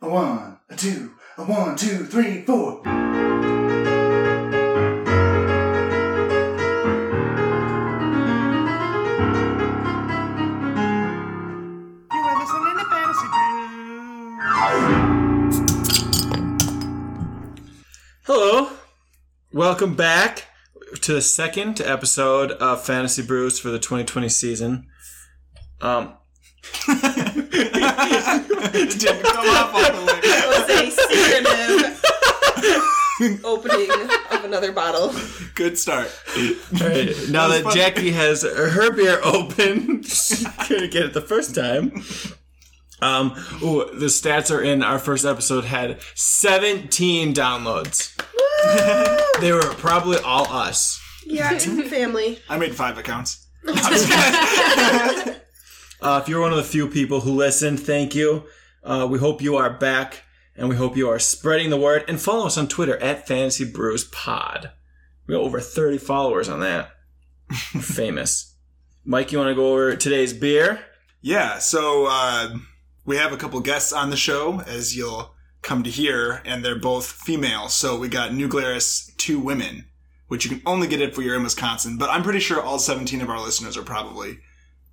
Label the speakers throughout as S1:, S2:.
S1: A one, a two, a one, two, three, four.
S2: You were listening to Fantasy Brew.
S3: Hello. Welcome back to the second episode of Fantasy Brews for the 2020 season. Um,
S2: Didn't come off all the way.
S4: was a secretive opening of another bottle.
S2: Good start.
S3: all right, now that
S2: That was funny.
S3: Jackie has her beer open, she couldn't get it the first time. Um, ooh, the stats are in. Our first episode had 17 downloads. they were probably all us.
S4: Yeah, family.
S2: I made five accounts.
S3: Uh, if you're one of the few people who listened, thank you. Uh, we hope you are back, and we hope you are spreading the word. And follow us on Twitter at Fantasy Brews Pod. We got over 30 followers on that. Famous. Mike, you want to go over today's beer?
S2: Yeah, so uh, we have a couple guests on the show, as you'll come to hear, and they're both female. So we got New Glarus, two women, which you can only get it if you're in Wisconsin. But I'm pretty sure all 17 of our listeners are probably.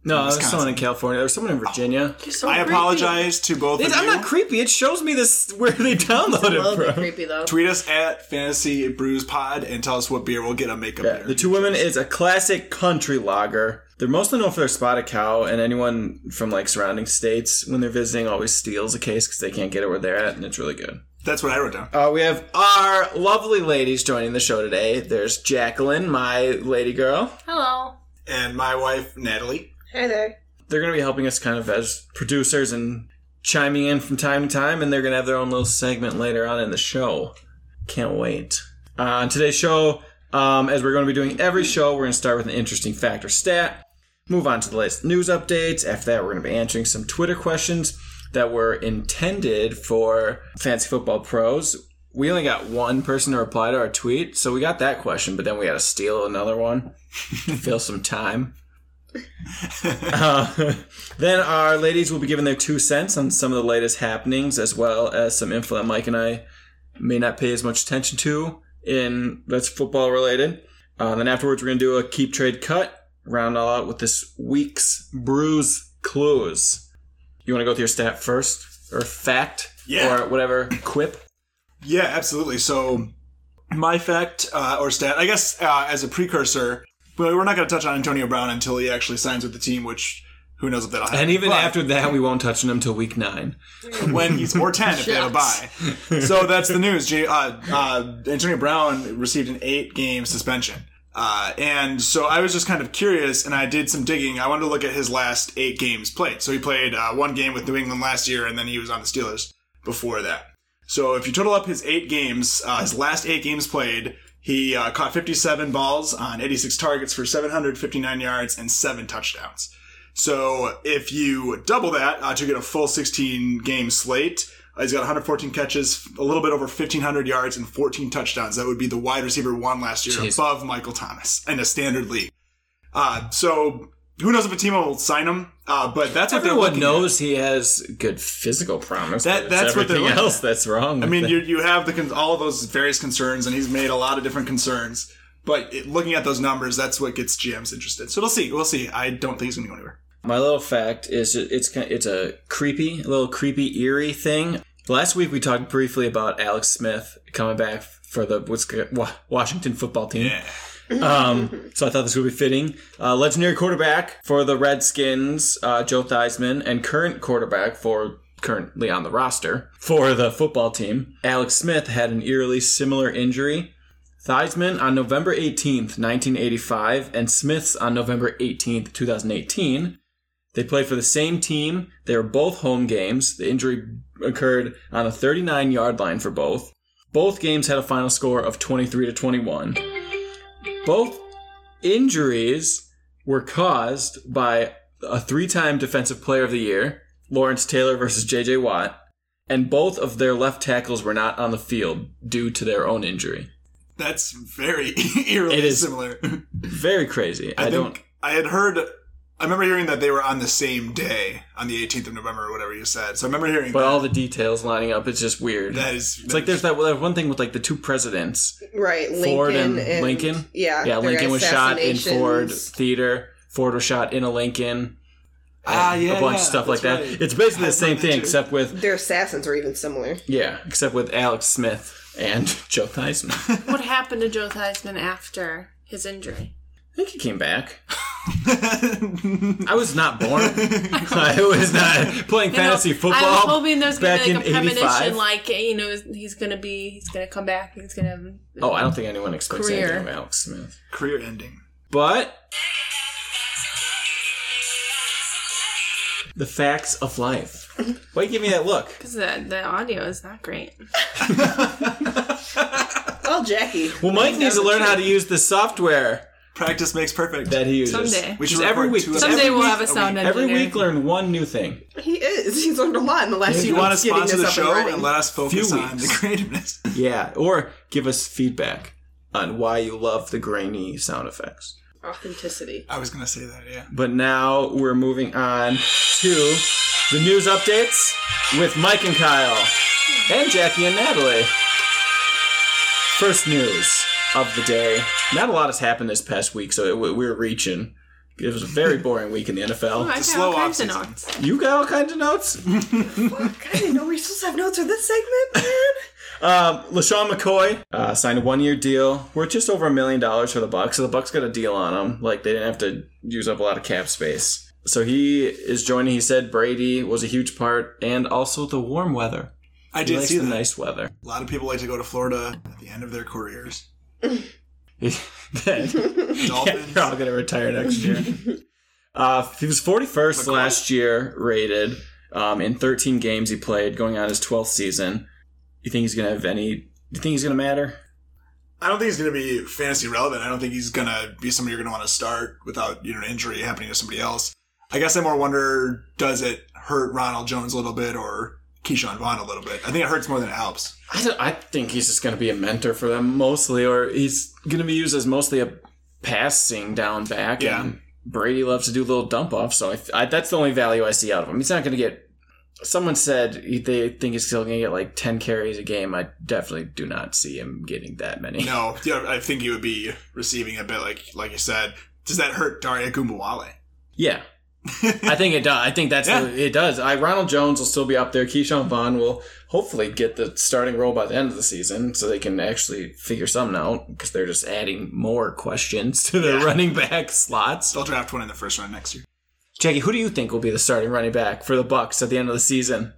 S3: No, there's
S2: Wisconsin.
S3: someone in California. There's someone in Virginia.
S4: You're so
S2: I
S4: creepy.
S2: apologize to both
S3: It's-
S2: of
S3: Oh, I'm
S2: you.
S3: not creepy. It shows me this where they
S4: It's a little
S3: downloaded
S4: bit
S3: from.
S4: creepy though.
S2: Tweet us at Fantasy Brews Pod and tell us what beer we'll get a makeup
S3: Yeah,
S2: beer.
S3: the two women is a classic country lager. They're mostly known for their spotted cow, and anyone from like surrounding states when they're visiting always steals a case because they can't get it where they're at, and it's really good.
S2: That's what I wrote down.
S3: Uh, we have our lovely ladies joining the show today. There's Jacqueline, my lady girl.
S5: Hello.
S2: And my wife, Natalie.
S4: Hi there.
S3: They're going to be helping us kind of as producers and chiming in from time to time, and they're going to have their own little segment later on in the show. Can't wait. Uh, on today's show, um, as we're going to be doing every show, we're going to start with an interesting fact or stat, move on to the latest news updates. After that, we're going to be answering some Twitter questions that were intended for fancy football pros. We only got one person to reply to our tweet, so we got that question, but then we got to steal another one to fill some time. Uh, then our ladies will be giving their two cents on some of the latest happenings, as well as some info that Mike and I may not pay as much attention to in that's football related. Uh, then afterwards, we're going to do a keep trade cut, round all out with this week's bruise clues. You want to go with your stat first, or fact,
S2: Yeah.
S3: or whatever quip?
S2: Yeah, absolutely. So, my fact uh, or stat, I guess, uh, as a precursor, but we're not going to touch on Antonio Brown until he actually signs with the team, which who knows if that'll happen.
S3: And even
S2: But
S3: after that, we won't touch on them till week nine.
S2: when he's or ten if they have a bye. So that's the news. J- Uh, uh, Antonio Brown received an eight-game suspension. Uh, and so I was just kind of curious, and I did some digging. I wanted to look at his last eight games played. So he played uh, one game with New England last year, and then he was on the Steelers before that. So if you total up his eight games, uh, his last eight games played, he uh, caught 57 balls on 86 targets for 759 yards and seven touchdowns. So if you double that uh, to get a full 16 game slate, uh, he's got 114 catches, a little bit over 1,500 yards, and 14 touchdowns. That would be the wide receiver one last year
S3: Jeez.
S2: above Michael Thomas in a standard league. Uh, so who knows if a team will sign him? Uh, but that's what they're
S3: Everyone
S2: looking at.
S3: knows he has good physical promise.
S2: That-
S3: but
S2: that's
S3: it's
S2: what they're
S3: everything
S2: looking
S3: else that's wrong.
S2: I mean, you you have the con- all of those various concerns, and he's made a lot of different concerns. But it, looking at those numbers, that's what gets GMs interested. So we'll see. We'll see. I don't think he's going to go anywhere.
S3: My little fact is it- it's kind it's a creepy, a little creepy, eerie thing. Last week we talked briefly about Alex Smith coming back for the Wisco- Wa- Washington football team. Um, so I thought this would be fitting. Uh, legendary quarterback for the Redskins, uh, Joe Theismann, and current quarterback for currently on the roster for the football team, Alex Smith had an eerily similar injury. Theismann on November 18th, 1985, and Smith's on November 18th, 2018. They played for the same team. They were both home games. The injury occurred on the 39 yard line for both. Both games had a final score of 23 to 21. Both injuries were caused by a three time Defensive Player of the Year, Lawrence Taylor versus JJ Watt, and both of their left tackles were not on the field due to their own injury.
S2: That's very eerily
S3: It is.
S2: similar.
S3: Very crazy. I,
S2: I, think
S3: don't.
S2: I had heard I remember hearing that they were on the same day, on the 18th of November or whatever you said. So I remember hearing
S3: But
S2: that.
S3: all the details lining up, it's just weird.
S2: That is,
S3: it's like there's that that one thing with like the two presidents,
S4: Right, Lincoln
S3: Ford and,
S4: and
S3: Lincoln. yeah.
S4: Yeah, their
S3: Lincoln was shot in Ford
S4: assassinations.
S3: Theater. Ford was shot in a Lincoln.
S2: Ah,
S3: and
S2: yeah,
S3: a bunch of
S2: yeah,
S3: stuff like that.
S2: that's right.
S3: It's basically
S2: I
S3: the same
S2: remember that
S3: thing,
S2: too.
S3: except with
S4: Their assassins are even similar.
S3: yeah, except with Alex Smith and Joe Theismann. I
S5: What happened to Joe Theismann after his injury?
S3: think he came back. I was not born. I was not playing
S5: You know,
S3: fantasy football.
S5: I was hoping there's gonna
S3: back
S5: be like a
S3: in
S5: premonition,
S3: 85.
S5: like you know, he's gonna be, he's gonna come back, he's gonna. Have,
S3: oh, I don't think anyone expects
S5: Career.
S3: anything from Alex Smith.
S2: career ending.
S3: But the facts of life. Why you give me that look?
S5: Because the, the audio is not great.
S4: Oh, Jackie.
S3: Well, Mike needs to learn how to use the software
S2: Practice makes perfect.
S3: that he uses.
S5: Someday.
S2: We should
S3: Just every
S2: record
S3: week.
S2: two
S5: Someday
S3: every
S5: we'll
S3: week-
S5: have a sound
S3: Every
S5: engineer.
S3: week, learn one new thing.
S4: He is. He's learned a lot in the last
S2: if
S4: few
S2: you want to
S4: months getting
S2: sponsor
S4: this
S2: the
S4: up and
S2: show and,
S4: running.
S2: let us focus
S3: Few
S2: on the
S3: weeks.
S2: creativeness,
S3: Yeah, or give us feedback on why you love the grainy sound effects.
S4: authenticity.
S2: I was gonna say that. Yeah.
S3: But now we're moving on to the news updates with Mike and Kyle and Jackie and Natalie. First news of the day. Not a lot has happened this past week, so we- we're reaching. It was a very boring week in the
S5: Oh, I
S3: NFL.
S5: got
S2: slow
S5: all kinds of
S2: off-season.
S5: notes.
S3: You got all kinds of notes?
S4: God, I didn't know we were supposed to have notes for this segment, man.
S3: Um, LaShawn McCoy uh, signed a one-year deal worth just over a million dollars for the Bucks. So the Bucks got a deal on him; like they didn't have to use up a lot of cap space. So he is joining. He said Brady was a huge part, and also the warm weather.
S2: I
S3: He
S2: did
S3: likes
S2: see
S3: the
S2: that.
S3: nice weather.
S2: A lot of people like to go to Florida at the end of their careers.
S3: Yeah,
S2: Dolphins.
S3: you're all gonna retire next year. uh, he was 41st
S2: McCoy?
S3: last year rated um, in 13 games he played, going on his 12th season. You think he's gonna have any? You think he's gonna matter?
S2: I don't think he's going to be fantasy relevant. I don't think he's going to be somebody you're going to want to start without you know an injury happening to somebody else. I guess I more wonder does it hurt Ronald Jones a little bit or Keyshawn Vaughn a little bit? I think it hurts more than it helps.
S3: I, don't- I think he's just going to be a mentor for them mostly, or he's going to be used as mostly a passing down back.
S2: Yeah.
S3: And Brady loves to do little dump offs, so I, I, that's the only value I see out of him. He's not going to get. Someone said he- they think he's still going to get like 10 carries a game. I definitely do not see him getting that many.
S2: No, yeah, I think he would be receiving a bit like like you said. Does that hurt Daria Gumbawale?
S3: Yeah. I think it does. I think that's
S2: Yeah.
S3: the, it does. I, Ronald Jones will still be up there. Keyshawn Vaughn will hopefully get the starting role by the end of the season, so they can actually figure something out because they're just adding more questions to their
S2: Yeah.
S3: running back slots.
S2: They'll draft one in the first round next year.
S3: Jackie, who do you think will be the starting running back for the Bucks at the end of the season?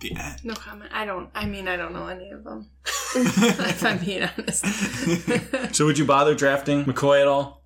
S2: The end.
S5: No comment. I don't. I mean, I don't know any of them. if I'm being honest.
S3: So would you bother drafting McCoy at all?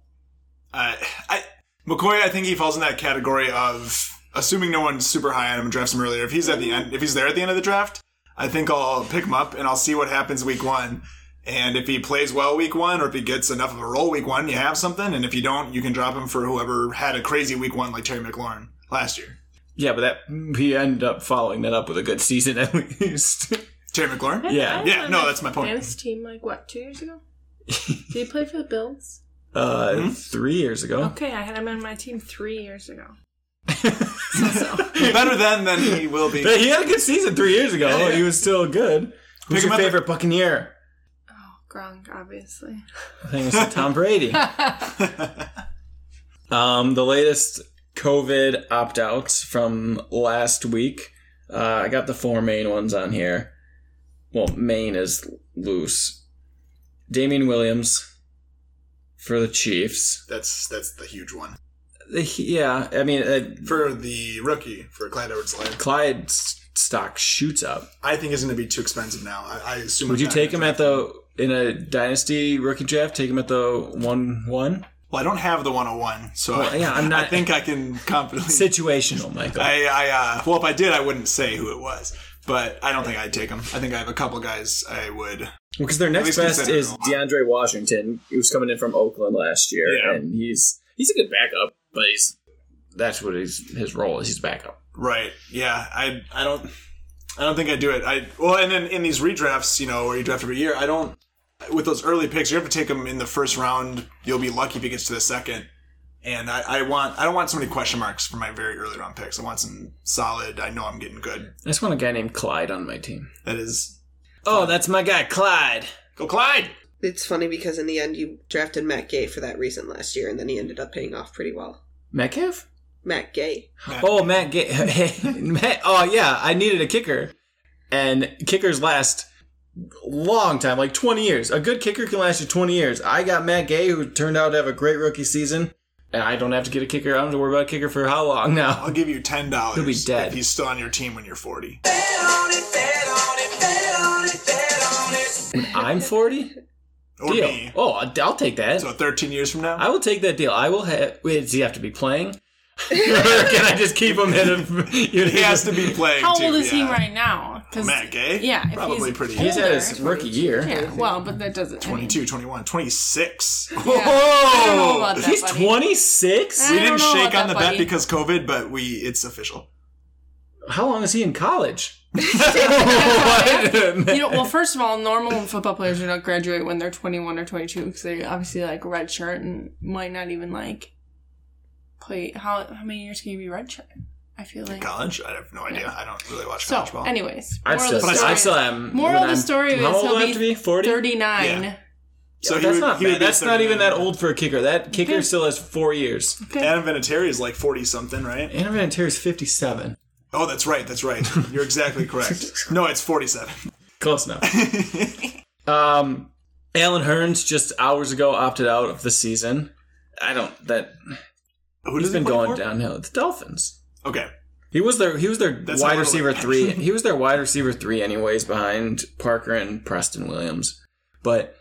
S2: Uh, I McCoy, I think he falls in that category of assuming no one's super high on him and drafts him earlier. If he's at the end, if he's there at the end of the draft, I think I'll pick him up and I'll see what happens week one. And if he plays well week one, or if he gets enough of a roll week one, you have something. And if you don't, you can drop him for whoever had a crazy week one like Terry McLaurin last year.
S3: Yeah, but that he ended up following that up with a good season at least.
S2: Terry McLaurin?
S3: Yeah.
S2: Yeah, no, that's my point.
S5: Fantasy team, like what, two years ago? Did he play for the Bills?
S3: Uh,
S2: Mm-hmm.
S3: three years ago.
S5: Okay, I had him on my team three years ago.
S2: Better then than he will be.
S3: Yeah, he had a good season three years ago.
S2: Yeah, yeah.
S3: He was still good. Who's
S2: him
S3: your
S2: up.
S3: favorite Buccaneer?
S5: Oh, Gronk, obviously.
S3: I think it's Tom Brady. um, the latest COVID opt outs from last week. Uh, I got the four main ones on here. Well, main is loose. Damien Williams for the Chiefs.
S2: That's that's the huge one
S3: The- Yeah, I mean, uh,
S2: for the rookie for Clyde Edwards-Helaire.
S3: Clyde s- stock shoots up.
S2: I think is going to be too expensive now. I, I assume.
S3: Would
S2: I'm
S3: you
S2: not
S3: take
S2: gonna
S3: him at the in a dynasty rookie draft? Take him at the one one
S2: Well, I don't have the 101, so
S3: Well, yeah, I'm
S2: I
S3: not-
S2: think I can confidently.
S3: situational, Michael.
S2: I, I uh, well, if I did, I wouldn't say who it was, but I don't think I'd take him. I think I have a couple guys I would.
S3: Because their next
S2: least
S3: best
S2: consider
S3: is
S2: him.
S3: DeAndre Washington, who was coming in from Oakland last year,
S2: Yeah.
S3: and he's he's a good backup, but he's that's what his his role is. He's backup.
S2: Right? Yeah. I I don't. I don't think I would do it. I well, and then in these redrafts, you know, where you draft every year, I don't. With those early picks, you have to take him in the first round. You'll be lucky if he gets to the second. And I, I want I don't want so many question marks for my very early round picks. I want some solid. I know I'm getting good.
S3: I just want a guy named Clyde on my team.
S2: That is
S3: Oh, that's my guy, Clyde.
S2: go Clyde.
S4: It's funny because in the end, you drafted Matt Gay for that reason last year, and then he ended up paying off pretty well.
S3: Metcalf?
S4: Matt Gay.
S3: Oh, Matt. Ga- Matt. Oh, yeah. I needed a kicker, and kickers last long time, like twenty years. A good kicker can last you twenty years. I got Matt Gay, who turned out to have a great rookie season, and I don't have to get a kicker. I don't have to worry about a kicker for how long now.
S2: I'll give you ten dollars.
S3: He'll be dead.
S2: If he's still on your team when you're 40.
S3: I'm forty.
S2: Or
S3: Deal.
S2: me.
S3: Oh, I'll I'll take that.
S2: So 13 years from now.
S3: I will take that deal. I will have. Wait, does he have to be playing? or can I just keep him in? A,
S2: he has to be playing.
S5: How
S2: too,
S5: old is he
S2: yeah.
S5: right now?
S3: Oh,
S5: 'Cause-
S2: Matt Gay?
S5: Yeah, if
S2: Probably
S5: he's
S2: pretty-
S3: He's had his
S5: older-
S3: rookie year.
S5: Yeah, well, but that doesn't. I mean,
S2: 22, 21, 26.
S5: I don't know about that,
S3: Oh, He's
S5: buddy.
S3: 26?
S5: I
S2: We
S5: don't
S2: didn't
S5: know
S2: shake
S5: about
S2: on the
S5: that,
S2: bet
S5: buddy.
S2: because COVID, but we it's official.
S3: How long is he in college?
S5: You know, well, first of all, normal football players do not graduate when they're 21 or 22 because they obviously like red shirt and might not even like play. How how many years can you be red shirt? I feel like
S2: College? I have no idea. I don't really watch
S5: so.
S2: college ball.
S5: Anyways,
S3: I'd
S5: moral of
S3: still,
S5: the
S3: I'd still
S5: story.
S3: am.
S5: Moral
S3: when
S5: of the
S3: I'm-
S5: story is
S3: how old do
S5: he'll
S3: I have
S5: be
S3: to be? 40?
S5: 39.
S2: Yeah.
S3: So that's
S2: would-
S3: not
S2: would
S3: bad.
S2: be
S3: That's not even that
S2: 39.
S3: old for a kicker. That kicker
S5: Okay.
S3: still has four years.
S5: Okay.
S2: Adam Vinatieri is like 40 something, right?
S3: Anna Van Antera is 57.
S2: Oh, that's right. That's right. You're exactly correct. No, it's 47.
S3: Close enough. um, Alan Hearns just hours ago opted out of the season. I don't. That
S2: Who
S3: he's
S2: does he
S3: been
S2: play
S3: going
S2: for?
S3: downhill. The Dolphins.
S2: Okay.
S3: He was their he was their
S2: That's
S3: wide
S2: not
S3: receiver
S2: really-
S3: three. He was their wide receiver three anyways behind Parker and Preston Williams. But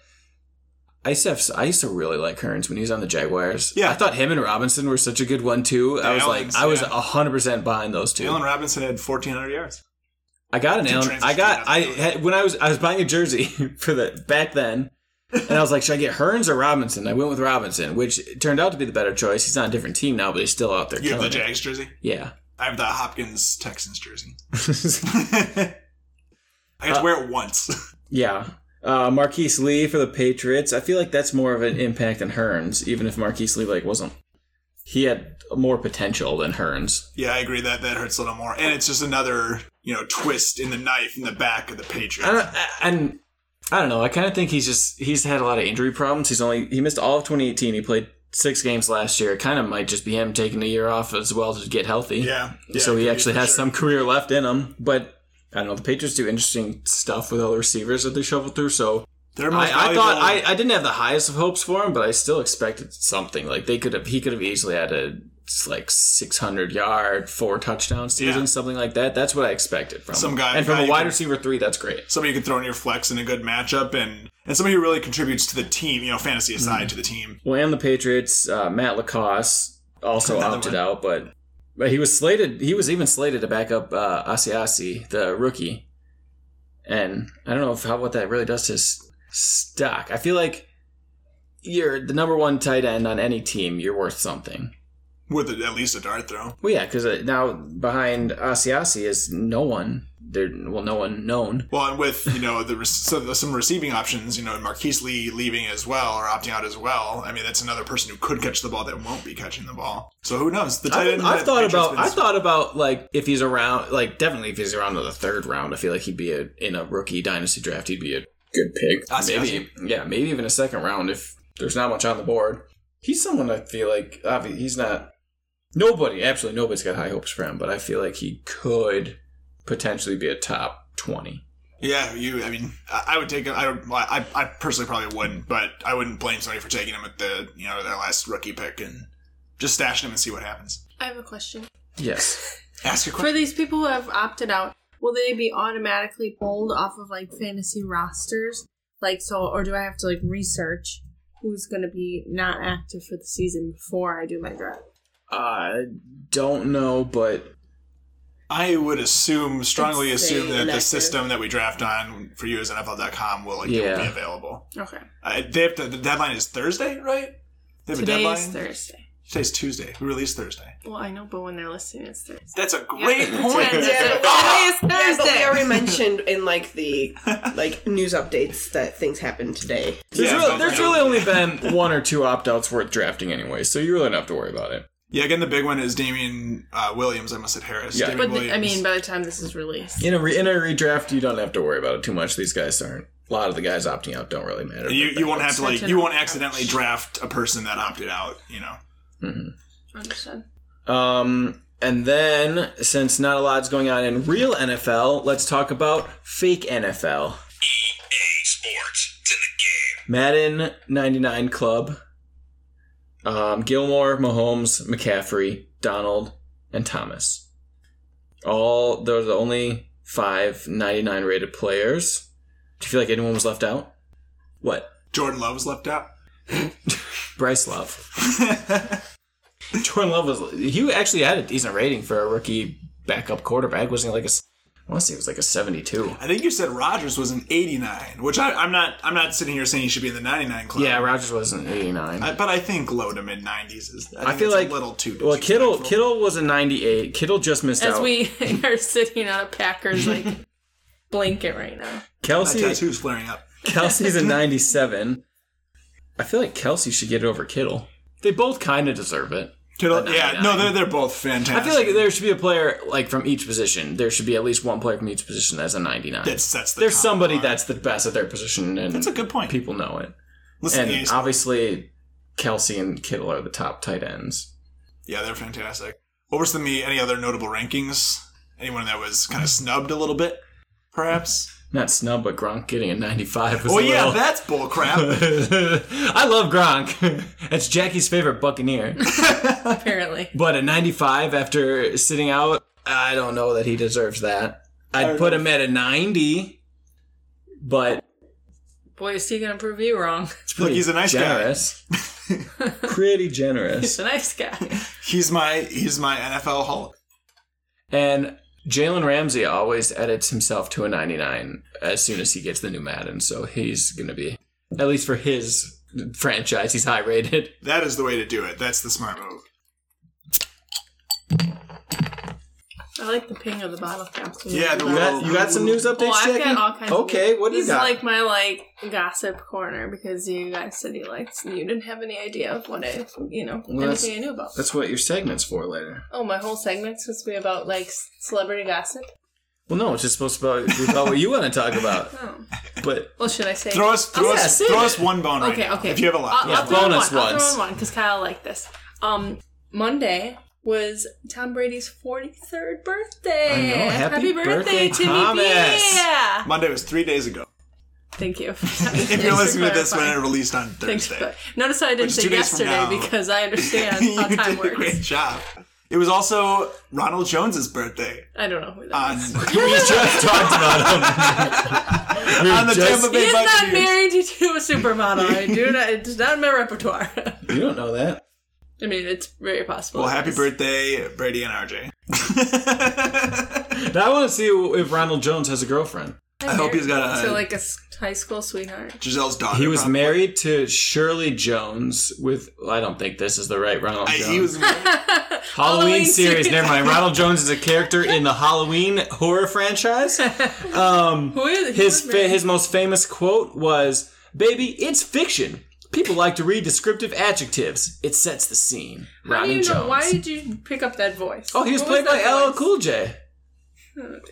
S3: I used to have, I used to really like Hearns when he was on the Jaguars.
S2: Yeah.
S3: I thought him and Robinson were such a good one too. I was
S2: Allens,
S3: like I was
S2: yeah.
S3: hundred percent behind those two.
S2: Jalen Robinson had 1,400 yards.
S3: I got an
S2: Two
S3: Allen. I
S2: transitions
S3: got
S2: out
S3: I
S2: of the
S3: had, when I was I was buying a jersey for the back then, and I was like, should I get Hearns or Robinson? I went with Robinson, which turned out to be the better choice. He's on a different team now, but he's still out there.
S2: You have the
S3: killing it.
S2: Jags jersey?
S3: Yeah.
S2: I have the Hopkins Texans jersey. I get
S3: Uh,
S2: to wear it once.
S3: Yeah. Uh, Marquise Lee for the Patriots. I feel like that's more of an impact than Hearns, even if Marquise Lee like wasn't. He had more potential than Hearns.
S2: yeah, I agree that that hurts a little more, and it's just another you know twist in the knife in the back of the
S3: I
S2: Patriots.
S3: don't. I, and I don't know. I kind of think he's just he's had a lot of injury problems. He's only he missed all of 2018. He played six games last year. It kind of might just be him taking a year off as well to get healthy.
S2: yeah, yeah,
S3: so
S2: it
S3: he
S2: could be
S3: actually
S2: for
S3: has
S2: sure.
S3: some career left in him, but. I don't know. The Patriots do interesting stuff with all the receivers that they shovel through. So
S2: Their most
S3: I, I thought
S2: valuable-
S3: I, I didn't have the highest of hopes for him, but I still expected something. Like they could have, he could have easily had a like 600 yard, four touchdown season,
S2: Yeah.
S3: something like that. That's what I expected from
S2: Some
S3: him.
S2: guy-
S3: and from
S2: guy
S3: a
S2: you
S3: wide
S2: can-
S3: receiver three. That's great.
S2: somebody you can throw in your flex in a good matchup, and and somebody who really contributes to the team. You know, fantasy
S3: Hmm.
S2: aside, to the team.
S3: Well, and the Patriots, uh, Matt Lacoste also
S2: Another
S3: opted
S2: one.
S3: out, but but he was slated. He was even slated to back up uh, Asiasi, the rookie. And I don't know if, how what that really does to his stock. I feel like you're the number one tight end on any team. You're worth something.
S2: With at least a dart throw.
S3: Well, yeah, because now behind Asiasi is no one. There, well, no one known.
S2: Well, and with you know the rec- so the- some receiving options, you know, and Marquise Lee leaving as well or opting out as well. I mean, that's another person who could catch the ball that won't be catching the ball. So who knows? The tight
S3: I've,
S2: end.
S3: I've
S2: that
S3: thought
S2: Patriots
S3: about.
S2: been-
S3: I thought about like if he's around, like definitely if he's around in the third round, I feel like he'd be a, in a rookie dynasty draft. He'd be a good pick.
S2: Asiasi.
S3: Maybe, yeah, maybe even a second round if there's not much on the board. He's someone I feel like. Obviously, he's not. Nobody, absolutely nobody's got high hopes for him, but I feel like he could potentially be a top twenty.
S2: Yeah, you. I mean, I, I would take him. I, would- well, I, I personally probably wouldn't, but I wouldn't blame somebody for taking him at the you know their last rookie pick and just stashing him and see what happens.
S5: I have a question.
S3: Yes.
S2: Ask a
S5: For
S2: question.
S5: these people who have opted out, will they be automatically pulled off of like fantasy rosters? Like so or do I have to like research who's gonna be not active for the season before I do my draft?
S3: I Uh, don't know, but
S2: I would assume, strongly
S4: Let's
S2: assume
S4: say
S2: that the
S4: elective.
S2: system that we draft on for you as NFL.com will like
S3: Yeah.
S2: will be available.
S5: Okay.
S2: Uh, they have to, the deadline is Thursday, right? They have a
S5: Today
S2: deadline.
S5: is Thursday.
S2: Today's Tuesday. We release Thursday.
S6: Well, I know, but when they're listening, it's Thursday.
S2: That's a great point.
S4: Yeah,
S6: It's
S4: Yeah, but
S6: Thursday.
S4: we already mentioned in like the like news updates that things happened today.
S3: There's,
S2: Yeah,
S3: really,
S2: but-
S3: there's really only been one or two opt outs worth drafting anyway, so you really don't have to worry about it.
S2: Yeah, again, the big one is Damian uh, Williams. I must said Harris.
S3: Yeah.
S2: Damian
S6: But the, I
S2: Williams.
S6: mean, by the time this is released,
S3: In a, re- in a redraft, you don't have to worry about it too much. These guys aren't. A lot of the guys opting out don't really matter.
S2: you, you won't have to like
S6: Such an
S2: you won't
S6: ouch.
S2: accidentally draft a person that opted out. You know.
S3: Mm-hmm.
S6: understood.
S3: Um, and then, since not a lot's going on in real NFL, let's talk about fake NFL.
S7: E Sports. It's in the game.
S3: Madden 99 Club, um, Gilmore, Mahomes, McCaffrey, Donald, and Thomas. All, they're the only five 99 rated players. Do you feel like anyone was left out? What?
S2: Jordan Love's left out.
S3: Bryce Love. Jordan Love was, he actually had a decent rating for a rookie backup quarterback. Wasn't he like a, s- I want to say it was like a 72.
S2: I think you said Rogers was an 89, which I, I'm not. I'm not sitting here saying he should be in the 99 club.
S3: Yeah, Rogers was an 89.
S2: I, but I think low to mid 90s is. I, think
S3: I feel
S2: it's
S3: like
S2: a little too.
S3: Well, Kittle
S2: disrespectful.
S3: Kittle was a 98. Kittle just missed
S6: As
S3: out.
S6: we are sitting on a Packers like blanket right now.
S2: That
S3: Kelsey
S2: tattoo's flaring up.
S3: Kelsey's a 97. I feel like Kelsey should get it over Kittle. They both kind of deserve it.
S2: Kittle,
S3: But
S2: yeah,
S3: 99.
S2: no, they're they're both fantastic.
S3: I feel like there should be a player like from each position. There should be at least one player from each position that's a 99.
S2: that sets the.
S3: There's
S2: top
S3: somebody
S2: bar.
S3: that's the best at their position, and
S2: That's a good point.
S3: people know it.
S2: Listen,
S3: And
S2: to these.
S3: obviously, Kelsey and Kittle are the top tight ends.
S2: yeah, they're fantastic. Over to me, any other notable rankings? Anyone that was kind of snubbed a little bit, perhaps?
S3: Not snub, but Gronk getting a 95 was
S2: Oh
S3: a
S2: yeah,
S3: little-
S2: that's bullcrap.
S3: I love Gronk. That's Jackie's favorite Buccaneer.
S6: Apparently,
S3: But at 95, after sitting out, I don't know that he deserves that. I'd put him at a 90, but
S6: boy, is he gonna prove you wrong?
S3: it's pretty
S2: he's a nice guy.
S3: generous. pretty
S6: He's
S3: generous.
S6: a nice guy.
S2: he's my he's my NFL Hulk.
S3: And Jalen Ramsey always edits himself to a 99 as soon as he gets the new Madden, so he's going to be, at least for his franchise, he's high rated.
S2: That is the way to do it. That's the smart move.
S6: I like the ping of the bottle cap. too.
S2: Yeah, the
S6: Oh,
S3: You got, you got some news updates,
S6: Oh, I've
S3: Jackie?
S6: got all kinds. of
S3: okay, what do you
S6: This is
S3: got?
S6: like my like gossip corner because you guys said you liked. You didn't have any idea of what I, you know,
S3: Well, that's-
S6: anything I knew about.
S3: That's what your segment's for later.
S6: Oh, my whole segment's supposed to be about like celebrity gossip.
S3: Well, no, it's just supposed to be about what you want to talk about.
S6: Oh.
S3: But
S6: Well, should I say?
S2: Throw us throw
S6: Yeah,
S2: us
S6: save
S2: throw
S6: it.
S2: us one bone right
S6: okay,
S2: now,
S6: okay. Uh,
S2: if you have a lot.
S6: I'll,
S3: Yeah,
S6: I'll throw in
S3: bonus
S6: one. I'll throw
S3: ones.
S6: in one because Kyle liked this. Um, Monday was Tom Brady's 43rd birthday.
S3: I know. Happy birthday,
S6: Timmy
S3: Thomas.
S6: B. Yeah.
S2: Monday was three days ago.
S6: Thank you.
S2: If you're listening to this when it released on
S6: Thanks for
S2: Thursday,
S6: that. Notice how I didn't
S2: Which is
S6: say
S2: two days from
S6: yesterday
S2: now.
S6: because I understand
S2: you
S6: how
S2: did
S6: time
S2: a
S6: works.
S2: great job. It was also Ronald Jones's birthday
S6: I don't know who that
S2: on
S6: is.
S3: we just talked about him. We
S2: on the
S3: just-
S2: Tampa
S6: He
S2: Bay
S6: is not
S2: Buccaneers.
S6: married to a supermodel. I do not. It's not in my repertoire. I
S3: You don't know that.
S6: mean, it's very possible.
S2: Well,
S6: it
S2: happy
S6: is.
S2: birthday, Brady and RJ.
S3: Now I want to see if Ronald Jones has a girlfriend.
S2: I hope he's got a
S6: So, like a s- high school sweetheart.
S2: Giselle's daughter.
S3: He was
S2: probably.
S3: married to Shirley Jones with. I don't think this is the right Ronald
S2: I-
S3: Jones.
S2: he was married.
S3: Halloween,
S6: Halloween
S3: series.
S6: series.
S3: Never mind. Ronald Jones is a character in the Halloween horror franchise. Um,
S6: Who is who
S3: his
S6: is
S3: fa-
S6: married?
S3: his most famous quote was, "Baby, it's fiction. People like to read descriptive adjectives. It sets the scene."
S6: How do
S3: Ronnie
S6: you know?
S3: Jones.
S6: Why did you pick up that voice?
S3: oh, he was
S6: What
S3: played by
S6: that
S3: LL
S6: voice?
S3: Cool J.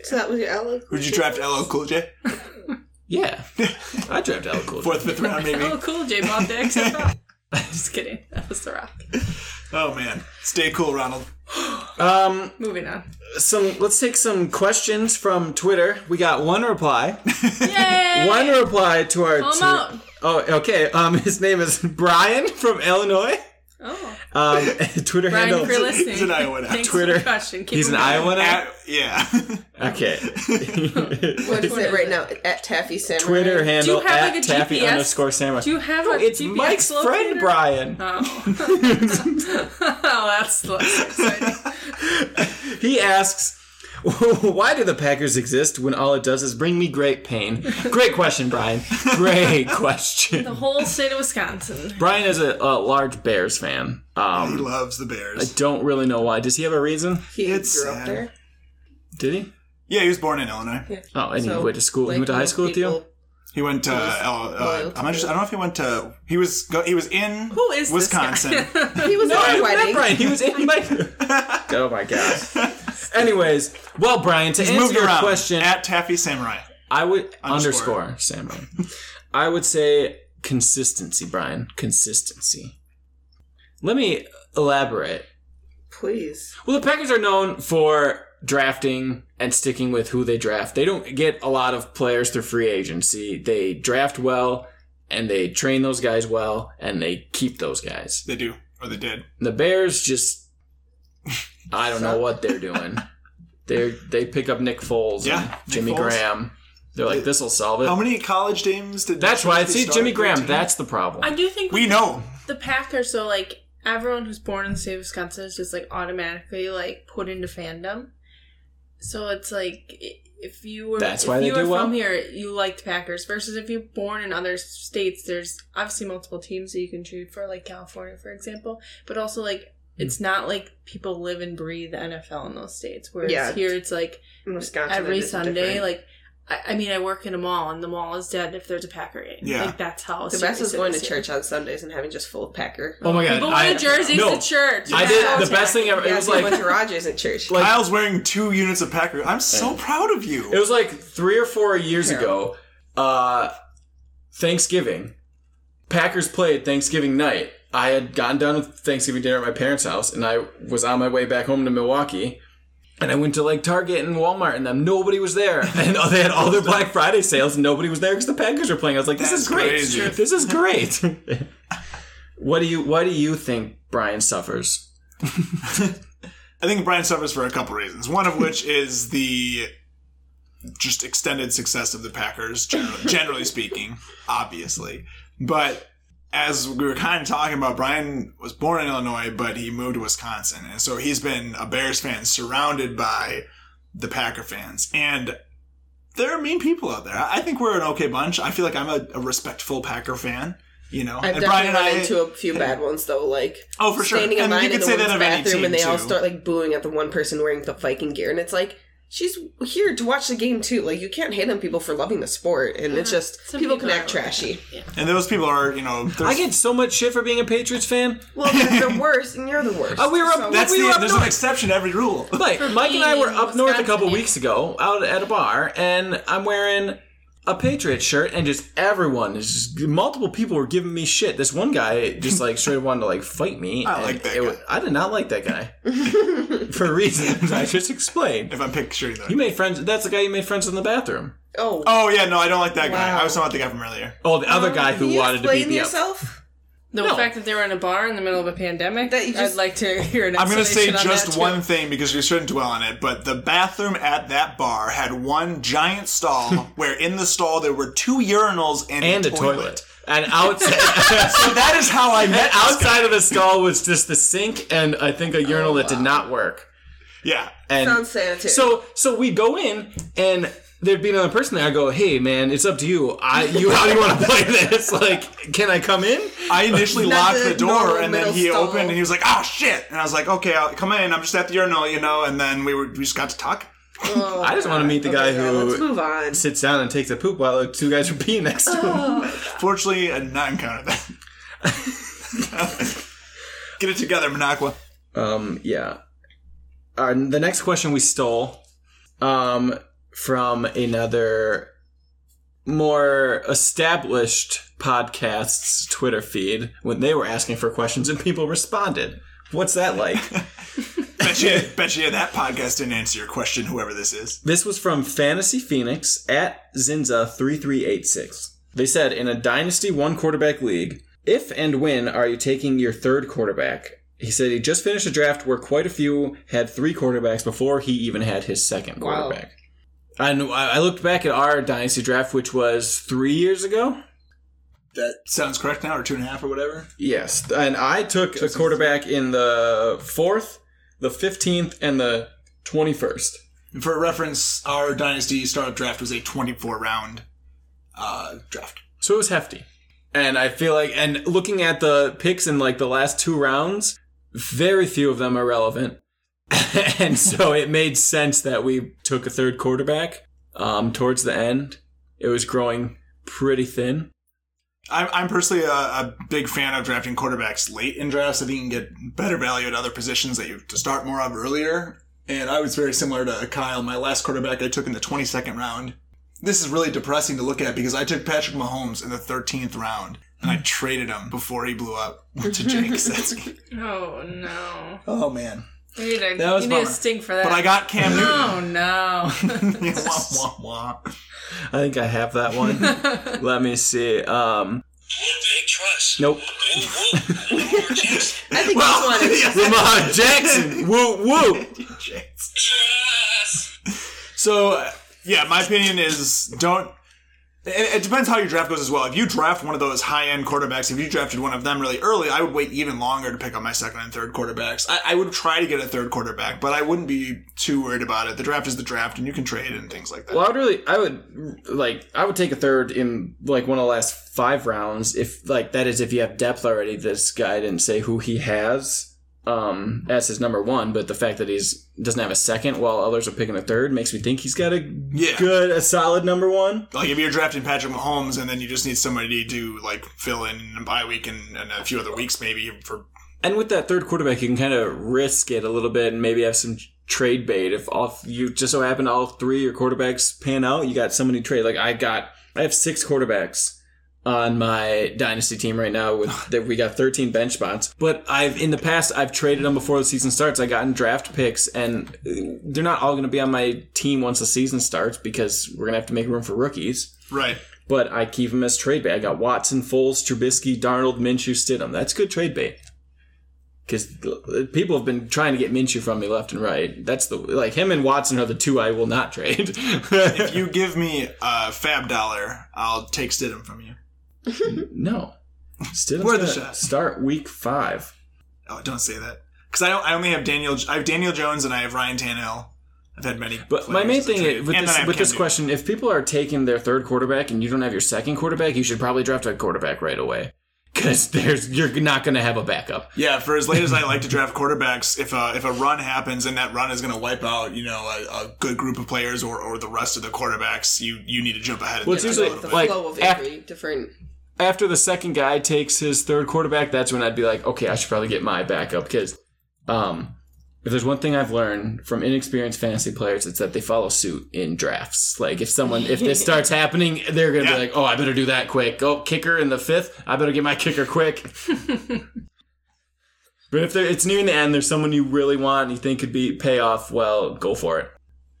S4: So that was your outlook.
S2: Would you draft LL Cool J?
S3: Yeah, I drafted LL Cool J.
S2: Fourth, fifth round, maybe.
S6: LL Oh, Cool J Bob Dix. Just kidding. That was the rock.
S2: Oh man, stay cool, Ronald.
S3: Um,
S6: Moving on.
S3: some let's take some questions from Twitter. We got one reply.
S6: Yay!
S3: One reply to our.
S6: Call him
S3: tw-
S6: out.
S3: Oh, okay. Um, his name is Brian from Illinois.
S6: Oh,
S3: Um, Twitter
S6: Brian,
S3: handle.
S6: if you're listening,
S2: He's an Iowa now.
S6: thanks
S3: Twitter.
S6: For the question. Keep
S3: He's
S6: it
S3: an
S6: going.
S3: Iowa now.
S2: At- yeah.
S3: Okay.
S4: What is it
S6: What is
S4: right
S6: it?
S4: now? At Taffy Samurai.
S3: Twitter handle
S6: Do you have,
S3: at
S6: like, a
S3: taffy
S6: GPS?
S3: underscore samurai.
S6: Do you have a
S3: it's
S6: GPS
S3: Mike's
S6: locator?
S3: friend Brian.
S6: Oh, oh that's less exciting.
S3: He asks, Why do the Packers exist when all it does is bring me great pain? Great question, Brian. Great
S5: The
S3: question.
S5: whole state of Wisconsin.
S3: Brian is a, a large Bears fan.
S2: He
S3: Um,
S2: loves the
S3: I
S2: Bears.
S3: don't really know why. Does he have a reason?
S4: He
S2: It's
S4: grew up
S2: sad.
S4: there.
S3: Did he?
S2: Yeah, he was born in Illinois.
S3: Oh, and
S4: So,
S3: he went to school. he
S4: like
S3: went to high
S4: most
S3: school with
S4: people-
S3: you.
S2: He went to.
S4: was
S2: Uh,
S4: loyal
S2: uh,
S4: to
S2: I'm not just, I don't know if he went to. He was. Go, he was in
S5: Who is this guy?
S2: Wisconsin.
S4: He was at our
S3: I
S4: wedding.
S3: met Brian. He was in my. oh my gosh. Anyways, well, Brian, to
S2: Moved
S3: answer your
S2: around
S3: question,
S2: at Taffy Samurai.
S3: I would
S2: Underscore.
S3: underscore, Samurai. I would say consistency, Brian. Consistency. Let me elaborate.
S4: Please.
S3: Well, the Packers are known for drafting and sticking with who they draft. They don't get a lot of players through free agency. They draft well and they train those guys well and they keep those guys.
S2: They do, or they did.
S3: The Bears just I don't know what they're doing. They they pick up Nick Foles
S2: Yeah,
S3: and
S2: Nick
S3: Jimmy
S2: Foles.
S3: Graham. They're like this will solve
S2: How
S3: it.
S2: many college games did?
S3: That's why see
S2: start?
S3: Jimmy Graham,
S2: 13?
S3: that's the problem.
S5: I do think
S2: we know.
S5: the Packers, so like everyone who's born in the state of Wisconsin is just like automatically like put into fandom. So it's like i- if you were
S3: That's
S5: if
S3: why they
S5: you were
S3: do well.
S5: from here, you liked Packers. Versus if you're born in other states, there's obviously multiple teams that you can choose for, like California, for example. But also like
S3: Hmm.
S5: it's not like people live and breathe NFL in those states. Whereas
S4: Yeah.
S5: here, it's like
S4: In Wisconsin.
S5: every
S4: it is
S5: Sunday,
S4: different.
S5: like. I I mean, I work in a mall, and the mall is dead if there's a Packer game.
S2: Yeah.
S5: like that's how
S4: the
S5: serious
S4: best is
S5: it
S4: going to
S5: here.
S4: church on Sundays and having just full of Packer.
S3: oh my god.
S5: People
S3: I,
S5: wear jerseys
S3: no,
S5: to church.
S3: I
S5: That's
S3: did the
S5: so
S3: best thing ever. It
S4: Yeah,
S3: was
S4: I see a
S3: like
S4: bunch of Rogers at church.
S3: Like-
S2: Kyle's wearing two units of Packer. I'm so proud of you.
S3: It was like three or four years
S4: Yeah.
S3: ago, uh, Thanksgiving. Packers played Thanksgiving night. I had gotten done with Thanksgiving dinner at my parents' house, and I was on my way back home to Milwaukee. And I went to like Target and Walmart, and them nobody was there. And they had all their Black Friday sales, and nobody was there because the Packers were playing. I was like, "This
S2: That's
S3: is great.
S2: crazy.
S3: This is great." what do you What do you think Brian suffers?
S2: I think Brian suffers for a couple reasons. One of which is the just extended success of the Packers, generally, generally speaking, obviously. But as we were kind of talking about, Brian was born in Illinois, but he moved to Wisconsin. And so he's been a Bears fan surrounded by the Packer fans. And there are mean people out there. I I think we're an okay bunch. I feel like I'm a, a respectful Packer fan, you know.
S4: I've
S2: and
S4: definitely
S2: Brian and
S4: run
S2: I.
S4: into a few bad ones though, like
S2: oh, for sure.
S4: standing in
S2: And
S4: line
S2: you
S4: in
S2: could
S4: the
S2: say that
S4: women's
S2: of any
S4: bathroom
S2: team.
S4: and they all
S2: too.
S4: start like booing at the one person wearing the Viking gear, and it's like she's here to watch the game too. Like you can't hate on people for loving the sport, and it's just
S5: Uh-huh. Some
S4: people,
S5: people
S4: can act
S5: are like
S4: trashy.
S2: And those people are, you know, there's-
S3: I get so much shit for being a Patriots fan.
S4: Well, they're the worst, and you're the worst.
S2: Oh,
S3: Uh, we were up,
S2: That's
S3: we were
S2: the,
S3: up
S2: there's
S3: north.
S2: an exception to every rule.
S3: Mike, Mike and I
S5: being
S3: were
S5: in
S3: up north a couple
S5: Wisconsin.
S3: weeks ago out at a bar, and I'm wearing a Patriot shirt, and just everyone is just multiple people were giving me shit. This one guy just like straight wanted to like fight me.
S2: I
S3: and
S2: like that
S3: it wa-
S2: guy.
S3: I did not like that guy for reasons I just explained.
S2: If I'm picturing
S3: You
S2: that.
S3: made friends. That's the guy you made friends with in the bathroom.
S4: oh,
S2: Oh yeah, no, I don't like that guy.
S4: Wow.
S2: I was talking about the guy from earlier.
S3: Oh, the other guy who
S4: you
S3: wanted to
S4: explain
S3: beat me up.
S4: yourself?
S5: The
S3: No.
S5: fact that they were in a bar in the middle of a pandemic,
S4: That you just-
S5: I'd like to hear an
S2: I'm gonna say
S5: explanation on that,
S2: just
S5: too.
S2: one thing because we shouldn't dwell on it, but the bathroom at that bar had one giant stall where in the stall there were two urinals and,
S3: and a toilet. And outside,
S2: so that is how I
S3: and
S2: met this guy.
S3: outside of the skull was just the sink and I think a urinal that did not work.
S2: Yeah.
S3: And
S4: Sounds sanitary.
S3: So so we go in and there'd be another person there. I go, hey man, it's up to you. I you how do you want to play this? Like, can I come in?
S2: I initially
S4: Not
S2: locked
S4: the
S2: the door
S4: normal
S2: and then
S4: middle
S2: he
S4: stall.
S2: opened and he was like, "Ah, shit!" And I was like, "Okay, I'll come in. I'm just at the urinal, you know." And then we were we just got to talk.
S4: Oh,
S3: I just want to meet the guy
S4: okay, now let's
S3: who
S4: move on.
S3: sits down and takes a poop while the two guys are peeing next to him.
S2: Fortunately, I did not encounter that. Get it together, Minocqua.
S3: Um, yeah. Uh, the next question we stole um, from another more established podcast's Twitter feed when they were asking for questions and people responded. What's that like?
S2: Bet you, bet you that podcast didn't answer your question, whoever this is.
S3: This was from Fantasy Phoenix at Zinza3386. They said in a Dynasty one quarterback league, if and when are you taking your third quarterback? He said he just finished a draft where quite a few had three quarterbacks before he even had his second
S4: Wow.
S3: quarterback. And I I looked back at our Dynasty draft, which was three years ago.
S2: That sounds correct now, or two and a half, or whatever.
S3: Yes. And I took a quarterback in the fourth, the 15th, and the 21st.
S2: For reference, our Dynasty startup draft was a 24 round uh, draft.
S3: So it was hefty. And I feel like, and looking at the picks in like the last two rounds, very few of them are relevant. and so it made sense that we took a third quarterback um, towards the end. It was growing pretty thin.
S2: I'm, I'm personally a, a big fan of drafting quarterbacks late in drafts. I think you can get better value at other positions that you have to start more of earlier. And I was very similar to Kyle. My last quarterback I took in the 22nd round. This is really depressing to look at because I took Patrick Mahomes in the 13th round and I traded him before he blew up to Jake Setsky.
S6: Oh no!
S2: Oh, man.
S6: You need a,
S2: That was
S6: you need a
S2: bummer.
S6: sting for that.
S2: But I got Cam Newton.
S6: Oh no!
S2: Yeah, wah, wah, wah.
S3: I think I have that one. Let me see. Um,
S8: Would they trust?
S3: nope.
S8: Woo, woo. Lamar Jackson.
S4: I think
S2: Well,
S4: this one is.
S2: yeah.
S3: Lamar Jackson. Woo woo.
S2: Jake's.
S8: Trust.
S2: So uh, yeah, my opinion is don't. It, it depends how your draft goes as well. If you draft one of those high end quarterbacks, if you drafted one of them really early, I would wait even longer to pick up my second and third quarterbacks. I, I would try to get a third quarterback, but I wouldn't be too worried about it. The draft is the draft, and you can trade and things like that.
S3: Well, I would really, I would like, I would take a third in like one of the last five rounds. If like that is if you have depth already. This guy didn't say who he has um, as his number one, but the fact that he's doesn't have a second while others are picking a third makes me think he's got a
S2: Yeah.
S3: good, a solid number one.
S2: Like if you're drafting Patrick Mahomes, and then you just need somebody to like fill in a bye week and, and a few other weeks maybe for
S3: And with that third quarterback, you can kind of risk it a little bit and maybe have some trade bait if all you just so happen all three of your quarterbacks pan out. You got somebody to trade. Like I got, I have six quarterbacks on my dynasty team right now with that we got 13 bench spots. But I've in the past I've traded them before the season starts. I gotten draft picks and uh, they're not all going to be on my team once the season starts because we're going to have to make room for rookies.
S2: right.
S3: But I keep them as trade bait. I got Watson, Foles, Trubisky, Darnold, Minshew, Stidham. That's good trade bait. Because people have been trying to get Minshew from me left and right. That's the like him and Watson are the two I will not trade.
S2: If you give me a Fab dollar, I'll take Stidham from you.
S3: no, Stidham's
S2: Worth a
S3: gonna
S2: shot.
S3: start week five.
S2: Oh, don't say that. Because I don't. I only have Daniel. I have Daniel Jones and I have Ryan Tannehill. I've had many.
S3: But my
S2: players
S3: main
S2: as a
S3: thing
S2: trade.
S3: is, with
S2: And then I
S3: this,
S2: have
S3: with
S2: Cam
S3: this
S2: Newton.
S3: question, if people are taking their third quarterback and you don't have your second quarterback, you should probably draft a quarterback right away because there's you're not going to have a backup.
S2: Yeah, for as late as I like to draft quarterbacks, if a if a run happens and that run is going to wipe out, you know, a, a good group of players or, or the rest of the quarterbacks, you you need to jump ahead.
S3: Well,
S2: and
S3: it's
S2: think a
S3: usually
S2: little
S4: the
S2: bit.
S3: like,
S4: flow of
S3: af-
S4: every different.
S3: After the second guy takes his third quarterback, that's when I'd be like, okay, I should probably get my backup because um, if there's one thing I've learned from inexperienced fantasy players, it's that they follow suit in drafts. Like if someone if this starts happening, they're going to
S2: Yeah.
S3: be like, oh, I better do that quick. Oh, kicker in the fifth, I better get my kicker quick. But if there- it's nearing the end, there's someone you really want and you think could be pay off, well, go for it.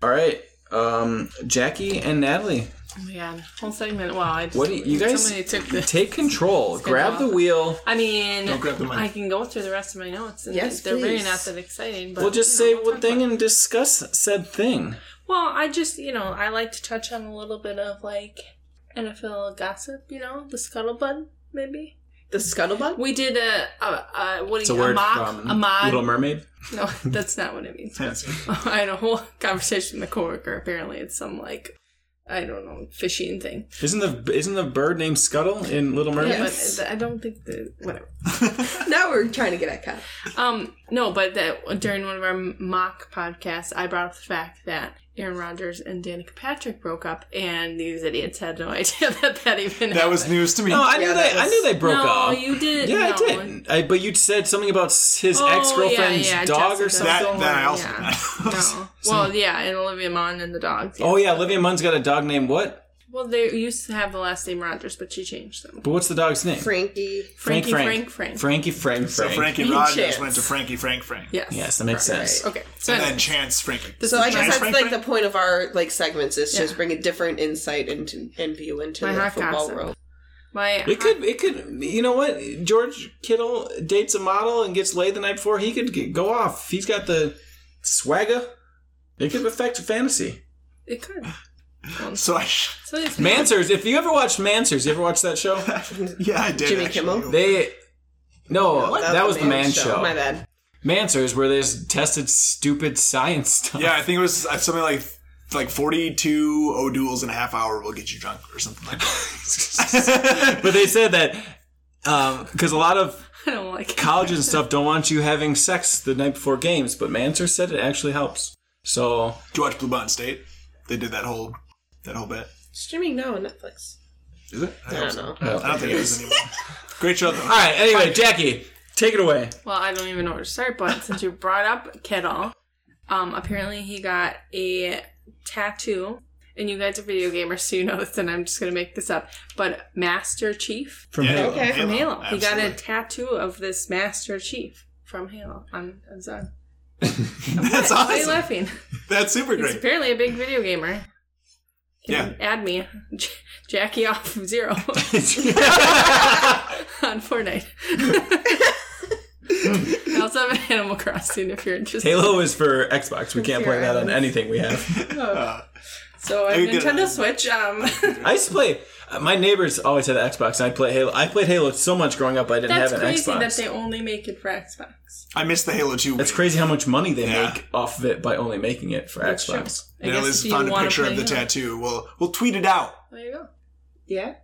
S3: All right, um, Jackie and Natalie,
S6: oh my god! Whole segment. Wow! I just,
S3: What do you- you guys-
S6: Somebody took the.
S3: take control, grab the wheel.
S6: I mean,
S2: Don't grab the mic.
S6: I can go through the rest of my notes, and
S4: Yes,
S6: they're really
S4: please.
S6: not that exciting. But
S3: We'll just
S6: you know,
S3: say
S6: we'll
S3: one
S6: talk
S3: thing
S6: about it.
S3: and discuss said thing.
S6: Well, I just you know I like to touch on a little bit of like NFL gossip. You know, the scuttlebutt maybe.
S4: The scuttlebutt?
S6: We did a, a, a what
S3: It's
S6: do
S3: a
S6: you a
S3: word
S6: mock
S3: from
S6: a mod.
S3: Little Mermaid.
S6: no, that's not what it means.
S2: Tennessee.
S6: I had a whole conversation with a coworker. Apparently, it's some like I don't know fishing thing.
S3: Isn't the isn't the bird named Scuttle in Little Mermaid?
S6: Yeah,
S4: Yes.
S6: but I don't think the whatever.
S4: Now we're trying to get at Kyle.
S6: Um, no, but that during one of our mock podcasts, I brought up the fact that Aaron Rodgers and Danica Patrick broke up, and these idiots had no idea that that even
S2: That was
S6: happened.
S2: news to me.
S3: No, I knew
S4: Yeah,
S3: they
S4: that
S3: I
S4: was-
S3: knew they broke
S6: no,
S3: up.
S6: you did.
S3: yeah,
S6: no.
S3: I did. I, but you said something about s- his
S6: Oh, yeah,
S3: ex girlfriend's
S6: yeah,
S3: dog or
S6: Jessica.
S3: something.
S2: that that I also.
S6: Yeah. No. Well, yeah, and Olivia Munn and the dogs.
S3: Oh yeah, Olivia Munn's got a dog named what?
S6: Well, they used to have the last name Rogers, but she changed them.
S3: But what's the dog's name?
S4: Frankie.
S6: Frankie Frank Frank.
S3: Frankie Frank Frank.
S2: So Frankie
S4: Frank
S2: Rogers
S4: Chance.
S2: went to Frankie Frank Frank.
S6: Yes.
S3: Yes, that makes sense.
S6: Okay. So,
S2: And then
S6: anyway,
S2: Chance Frankie.
S6: this
S4: So
S6: is
S4: I guess
S6: my-
S4: that's
S2: Giants Frank
S4: like
S2: Frank?
S4: the point of our like segments is
S6: Yeah.
S4: just bring a different insight into and view into
S6: My
S4: the
S6: hot
S4: football
S6: gossip.
S4: world.
S6: my
S3: It could, it could, you know what? George Kittle dates a model and gets laid the night before. He could get, go off. He's got the swagger. It could affect fantasy.
S6: It could.
S2: So I.
S6: So it's
S3: Mansers. If you ever watched Mansers, you ever watched that show?
S2: Yeah, I did.
S4: Jimmy
S2: actually.
S4: Kimmel?
S3: They, no, that was the man show.
S4: My bad.
S3: Mansers where they just tested stupid science stuff.
S2: Yeah, I think it was uh, something like like 42 O'Doul's in a half hour will get you drunk or something like that.
S3: But they said that because a lot of
S6: I don't like it.
S3: college and stuff don't want you having sex the night before games, but Manser said it actually helps. So
S2: Did you watch Blue Mountain State? They did that whole that whole bit.
S4: Streaming now on Netflix.
S2: Is it? I,
S4: I
S2: don't
S4: don't
S2: know.
S4: know.
S3: Uh,
S2: I don't think it is anymore. Great show though.
S3: All right. Anyway, Jackie, take it away.
S6: Well, I don't even know where to start, but since you brought up Kettle, um, apparently he got a tattoo, and you guys are video gamers, so you know this, and I'm just gonna make this up. But Master Chief
S3: From
S2: Yeah.
S3: Halo.
S4: Okay.
S6: from Halo, he got a
S2: absolutely.
S6: tattoo of this Master Chief from Halo on his arm.
S2: That's
S6: Why are you
S2: awesome.
S6: laughing?
S2: That's super
S6: He's
S2: great.
S6: apparently a big video gamer.
S2: Yeah.
S6: Add me, J- Jackie off zero on Fortnite. I also have Animal Crossing if you're interested.
S3: Halo is for Xbox. We can't play that on anything we have.
S2: Uh,
S6: So I
S2: Are
S6: have
S2: you gonna-
S6: Nintendo Switch. Um,
S3: I used to play. uh, My neighbors always had an Xbox, and I played Halo. I played Halo so much growing up, I didn't
S6: that's
S3: have an
S6: crazy
S3: Xbox.
S6: that they only make it for Xbox.
S2: I missed the Halo 2.
S3: That's
S2: wave.
S3: crazy how much money they
S2: Yeah.
S3: make off of it by only making it for
S6: That's
S3: Xbox.
S6: true.
S2: And at
S6: if
S2: least
S6: you
S2: found a
S6: wanna
S2: picture of
S6: play
S2: the
S6: Halo.
S2: tattoo. We'll we'll tweet it out.
S6: There you go.
S4: Yeah.
S3: It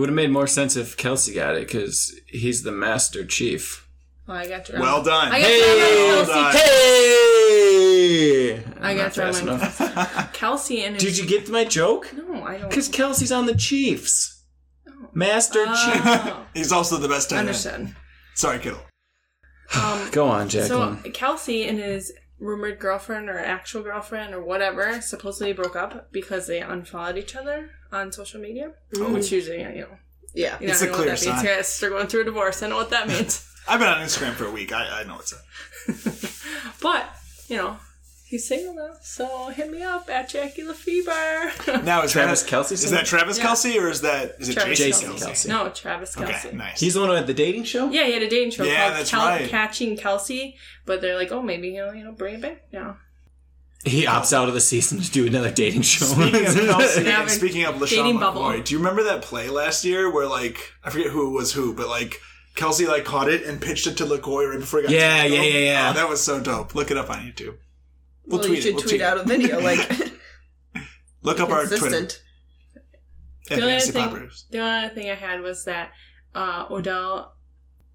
S3: would have made more sense if Kelsey got it because he's the Master Chief.
S6: Well, I got your.
S2: Well done.
S6: I got
S3: Hey,
S6: your
S2: done.
S6: Kelsey.
S3: Hey!
S6: I
S3: I'm not
S6: got your
S3: fast
S6: one.
S3: enough.
S6: Kelsey and
S3: Did you get my joke?
S6: No, I don't.
S3: Because Kelsey's on the Chiefs. Master Chief.
S6: Oh,
S2: He's also the best tight end.
S6: understood.
S2: Sorry, Kittle.
S6: Um,
S3: Go on, Jacqueline.
S6: so Kelsey and his rumored girlfriend or actual girlfriend or whatever supposedly broke up because they unfollowed each other on social media, which usually you know
S4: Yeah.
S6: you
S2: It's
S6: don't
S2: a
S6: know what
S2: clear
S6: that means.
S2: sign.
S6: You guys are going through a divorce. I know what that means.
S2: I've been on Instagram for a week. I, I know what's up.
S6: But, you know, he's single now, so hit me up at Jackie LaFever.
S2: Now is
S3: Travis
S2: that,
S3: Kelce
S2: Is
S3: singer?
S2: that Travis Kelsey or is that is it
S6: Travis
S2: Jason
S3: Kelce.
S2: Kelsey?
S3: Kelce.
S6: no, Travis Kelsey.
S2: Okay, nice.
S3: he's the one who had the dating show?
S6: Yeah, he had a dating show
S2: Yeah,
S6: called
S2: that's
S6: Kel-
S2: right.
S6: Catching Kelsey, but they're like, oh, maybe he'll, you know, bring it back now.
S3: He opts out of the season to do another dating show.
S2: Speaking of Kelsey,
S6: Now
S2: and speaking of LaShawn
S6: dating bubble.
S2: McCoy, do you remember that play last year where like I forget who was who, but like Kelsey like caught it and pitched it to LaCoy right before he got
S3: Yeah,
S2: to the
S3: yeah,
S2: goal?
S3: yeah, yeah.
S2: Oh, that was so dope. Look it up on YouTube. We'll,
S4: Well,
S2: tweet
S4: you should
S2: it. We'll
S4: tweet out a video like
S2: Look up our Twitter.
S4: consistent.
S2: at
S6: The only
S2: Fantasy
S6: thing-
S2: Poppers.
S6: The only other thing I had was that uh, Odell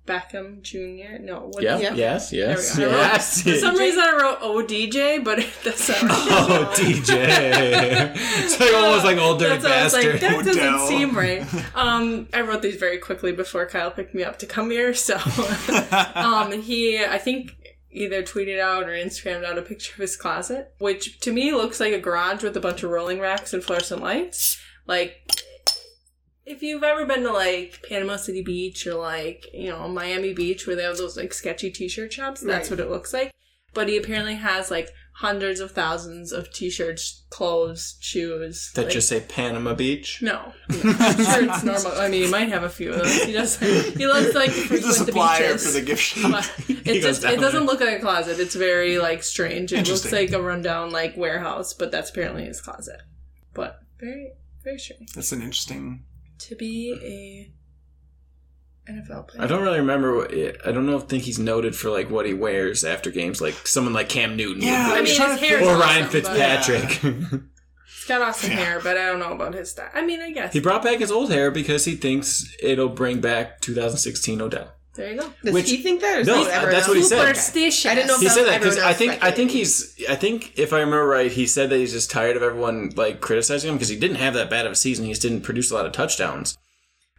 S6: Beckham Jr. No, what
S3: Yeah.
S4: Yeah.
S3: Yes. Yes.
S6: There we go.
S3: Yes.
S6: For some reason I wrote ODJ, but that's not right.
S3: Oh, DJ. It's like almost like old dirty
S6: That's what I was like,
S3: bastard.
S6: that doesn't
S2: Odell.
S6: seem right. Um, I wrote these very quickly before Kyle picked me up to come here. So, um, he, I think, either tweeted out or Instagrammed out a picture of his closet, which to me looks like a garage with a bunch of rolling racks and fluorescent lights. Like, if you've ever been to like Panama City Beach or like you know Miami Beach where they have those like sketchy T-shirt shops, that's what it looks like. But he apparently has like hundreds of thousands of T-shirts, clothes, shoes
S3: That
S6: like-
S3: just say Panama Beach.
S6: no. I'm sure it's normal. I mean, he might have a few of those. He does. He loves like
S2: He's the
S6: frequent the
S2: supplier
S6: beaches.
S2: for the gift shop.
S6: But
S3: goes
S6: it just
S3: down
S6: it doesn't
S3: there.
S6: look like a closet. It's very like strange. It looks
S2: Interesting.
S6: like a rundown like warehouse, but that's apparently his closet. But very very strange
S2: That's an interesting.
S6: to be a NFL player.
S3: I don't really remember. What, I don't know. Think he's noted for like what he wears after games, like someone like Cam Newton would wear.
S2: Yeah,
S6: I
S2: I'm
S6: mean, his
S2: trying to
S6: hair is
S3: or
S6: awesome,
S3: Ryan
S6: but-
S3: Fitzpatrick.
S6: He's got awesome hair, but I don't know about his style. I mean, I guess
S3: he brought back his old hair because he thinks it'll bring back 2016 Odell.
S6: there you go.
S4: Does
S3: Which-
S4: he think that? Or is
S3: No,
S4: that
S3: uh,
S4: everyone
S3: that's what he
S4: else?
S3: said.
S6: Superstitious.
S4: I didn't know if
S3: he said that
S4: was
S3: because
S4: everyone
S3: I
S4: else
S3: think I think
S4: speculating.
S3: he's I think if I remember right, he said that he's just tired of everyone like criticizing him because he didn't have that bad of a season. He just didn't produce a lot of touchdowns.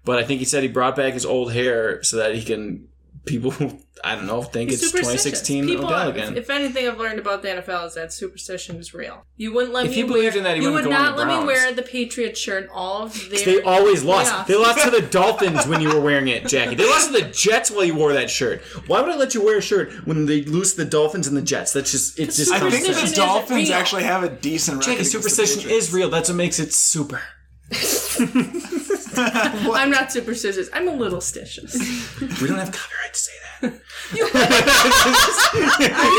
S3: But I think he said he brought back his old hair so that he can people I don't know think
S6: He's
S3: it's
S6: superstitious.
S3: 2016
S6: People
S3: Odell
S6: are-
S3: again.
S6: If anything I've learned about the NFL is that superstition is real. You wouldn't let
S3: If
S6: me
S3: he believed
S6: wear,
S3: in that, he
S6: you
S3: wouldn't
S6: would
S3: go on
S6: not
S3: the
S6: let me
S3: Browns.
S6: wear the Patriot shirt all of their
S3: They always lost.
S6: playoffs.
S3: They lost to the Dolphins when you were wearing it, Jackie. They lost to the Jets while you wore that shirt. Why would I let you wear a shirt when they lose to the Dolphins and the Jets? That's just it's just
S2: I
S3: common
S2: think
S6: Superstition
S2: the
S3: sense.
S6: isn't
S2: Dolphins
S6: real.
S2: actually have a decent record.
S3: Jackie,
S2: against the
S3: superstition
S2: Patriots.
S3: is real. That's what makes it super.
S6: I'm not superstitious. I'm a little stitious.
S3: We don't have copyright to say that.
S6: Are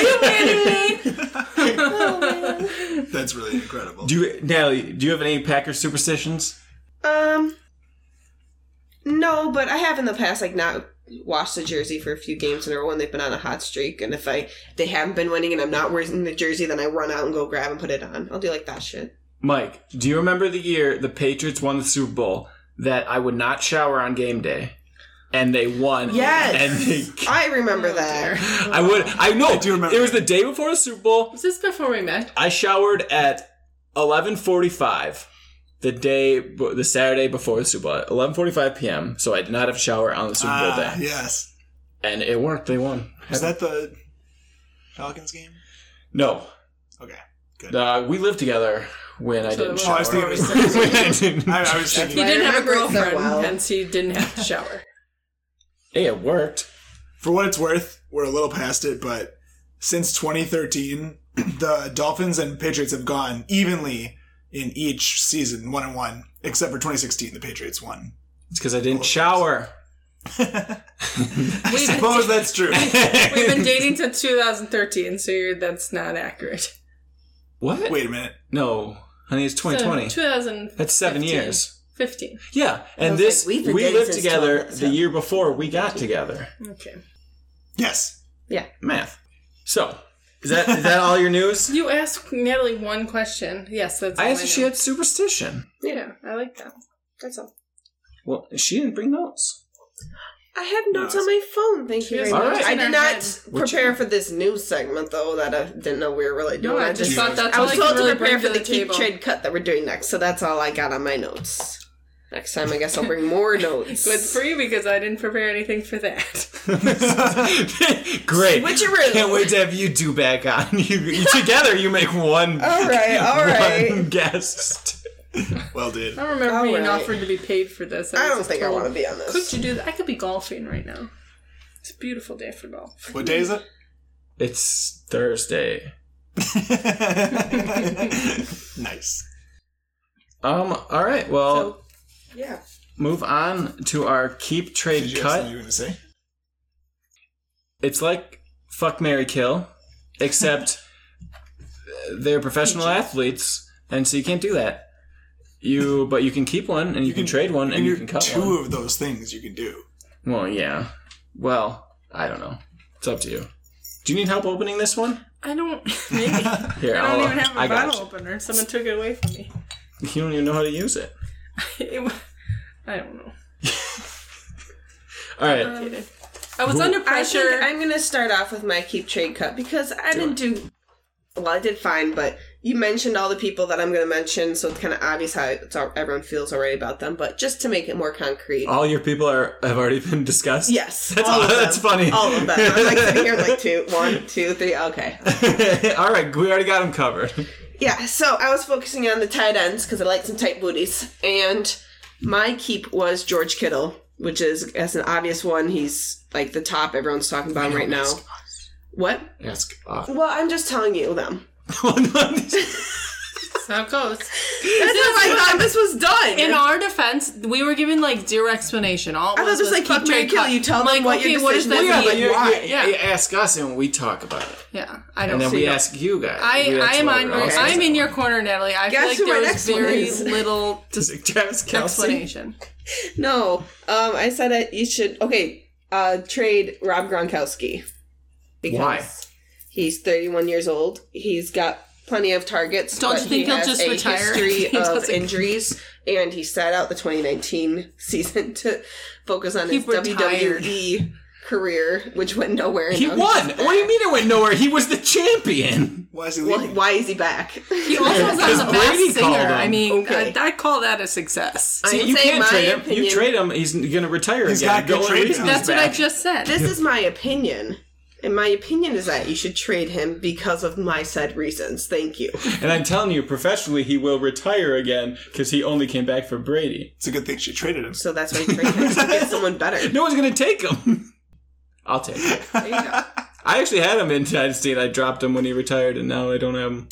S6: you kidding me?
S2: That's really incredible.
S3: Do you, Natalie? Do you have any Packers superstitions?
S4: Um, no, but I have in the past, like not washed the jersey for a few games in a row and they've been on a hot streak. And if I they haven't been winning and I'm not wearing the jersey, then I run out and go grab and put it on. I'll do like that shit.
S3: Mike, do you remember the year the Patriots won the Super Bowl that I would not shower on game day, and they won?
S4: Yes.
S3: and they.
S4: I
S6: Oh,
S4: remember that.
S3: I would. I know.
S2: I do remember.
S3: It was the day before the Super Bowl.
S6: Was this before we met?
S3: I showered at eleven forty-five, the day, b- the Saturday before the Super Bowl, eleven forty-five p.m. So I did not have a shower on the Super Bowl
S2: Ah,
S3: day,
S2: yes.
S3: and it worked. They won.
S2: Was that the Falcons game?
S3: No,
S2: Okay.
S3: uh, we lived together when I
S6: So
S3: didn't
S6: it was
S2: Oh, I
S3: shower.
S2: was thinking it was-
S3: When I didn't-
S2: I, I was
S6: He
S2: thinking.
S4: That's
S6: didn't have a
S4: remember it so
S6: girlfriend,
S4: well.
S6: hence he didn't have to shower.
S3: Hey, it worked.
S2: For what it's worth, we're a little past it, but since 2013, the Dolphins and Patriots have gone evenly in each season, one and one, except for 2016, the Patriots won.
S3: It's because I didn't shower.
S2: I suppose that's true.
S6: We've been dating since 2013, so you're, that's not accurate.
S3: What?
S2: Wait a minute.
S3: No, honey, it's
S6: So,
S3: 2020.
S6: 2000.
S3: That's seven years.
S6: 15.
S3: Yeah, and
S4: was like,
S3: this
S4: we've
S3: we
S4: been dating
S3: lived
S4: since
S3: together
S4: 12,
S3: the year before we got together.
S6: Okay.
S2: Yes.
S3: Math. So is that is that all your news?
S6: You asked Natalie one question. Yes, that's all
S3: I asked if she
S6: know.
S3: had superstition.
S6: Yeah, I like that. That's all.
S3: Well, she didn't bring notes.
S4: I have notes on my phone. Thank you very
S6: has
S4: much.
S3: notes
S4: I
S6: in her
S4: did not
S6: head.
S4: prepare for this news segment though that I didn't know we were really doing.
S6: No, I just
S2: do.
S6: thought that's
S4: I
S6: all
S4: was
S6: I
S4: told
S6: could really
S4: to prepare
S6: bring
S4: for the
S6: to the
S4: keep
S6: table.
S4: trade cut that we're doing next, so that's all I got on my notes. Next time, I guess I'll bring more notes.
S6: Good for you because I didn't prepare anything for that.
S3: Great.
S4: Switcheroo.
S3: Can't wait to have you do back on. You, you together you make one
S4: All right, Oh, all
S3: one
S4: right.
S3: guest.
S2: Well, did.
S6: I don't remember being
S4: Alright.
S6: offered to be paid for this.
S4: I
S6: was
S4: don't
S6: just
S4: think I
S6: told,
S4: want to be on
S6: Could
S4: this.
S6: you do that? I could be golfing right now. It's a beautiful day for golf.
S2: What day is it?
S3: It's Thursday.
S2: nice.
S3: Um, all right, well
S4: Yeah.
S3: move on to our keep
S2: Did
S3: trade
S2: you have
S3: cut.
S2: something you were going to say?
S3: it's like fuck Mary Kill, except they're professional athletes, and so you can't do that. You but you can keep one and you, can, trade one and you can
S2: do
S3: cut
S2: two
S3: one.
S2: of those things you can do.
S3: Well, yeah. Well, I don't know. It's up to you. Do you need help opening this one?
S6: I don't. Maybe I
S3: Here, I
S6: don't even have
S3: I
S6: a
S3: got
S6: bottle opener. Someone took it away from me.
S3: you. You don't even know how to use it.
S6: It wa- I don't know.
S3: All
S6: Uh,
S3: right.
S6: Um, I was under
S4: I
S6: pressure.
S4: think I'm gonna start off with my keep trade cut because I didn't do well. I did fine, but you mentioned all the people that I'm gonna mention, so it's kind of obvious how it's all, everyone feels already about them. But just to make it more concrete,
S3: All your people are have already been discussed.
S4: yes,
S3: That's
S4: all
S3: all,
S4: of them.
S3: that's funny.
S4: All of them. I'm like sitting here like two, one, two, three. Okay.
S3: all right, we already got them covered.
S4: Yeah, so I was focusing on the tight ends because I like some tight booties. And my keep was George Kittle, which is as an obvious one. He's like the top everyone's talking about him right now. What?
S3: That's off.
S4: Well, I'm just telling you them.
S6: That's how it goes.
S4: That's how I thought this was done.
S6: In our defense, we were given like zero explanation. All
S4: I thought it was like,
S6: fuck,
S4: keep Mary
S6: Mary,
S4: Kill,
S6: cut.
S4: you tell them
S6: like,
S4: what
S6: okay,
S4: your
S6: what does
S4: decision
S6: that
S4: was.
S6: mean?
S4: Like,
S3: you
S4: why?
S6: Yeah.
S3: ask us and we talk about it.
S6: Yeah, I don't
S3: and then
S6: see
S3: we
S6: it.
S3: ask you guys.
S6: I,
S3: We- that's
S6: I am
S3: what
S6: on
S3: we're
S6: your,
S3: all
S6: I'm
S3: saying.
S6: in your corner, Natalie. I
S4: Guess who
S6: feel
S4: my
S6: like there
S4: next
S6: was
S4: one
S6: very
S4: is.
S6: little
S3: Is it Travis Kelsey?
S6: explanation.
S4: No, um, I said that you should. Okay, uh, trade Rob Gronkowski.
S3: Why?
S4: He's 31 years old. He's got plenty of targets.
S6: Don't
S4: but
S6: you think
S4: he
S6: he'll
S4: has
S6: just
S4: a
S6: retire?
S4: History
S6: He
S4: of
S6: doesn't-
S4: injuries, and he sat out the 2019 season to focus on
S6: He
S4: his
S6: retired.
S4: WWE career, which went nowhere. and
S3: He
S4: now
S3: won.
S4: he's
S3: What do you mean it went nowhere? He was the champion.
S2: Why is he
S4: Well,
S2: leaving?
S4: why is he back?
S6: He also was on the
S3: Brady
S6: Masked
S3: called
S6: Singer. I
S3: him.
S6: mean,
S4: Okay.
S6: I, I call that a success.
S3: See,
S4: would
S3: you
S4: say
S3: can't
S4: my
S3: trade him. You
S4: opinion-
S3: trade him, he's going to retire
S2: He's
S3: again.
S2: got good
S3: Go
S2: trade
S3: reason
S2: value.
S6: That's what I
S3: back.
S6: just said.
S4: this is my opinion. And my opinion is that you should trade him because of my said reasons. Thank you.
S3: And I'm telling you, professionally, he will retire again because he only came back for Brady.
S2: It's a good thing she traded him.
S4: So that's why you trade him to get someone better.
S3: No one's going to take him. I'll take him. I actually had him in Dynasty and I dropped him when he retired, and now I don't have him.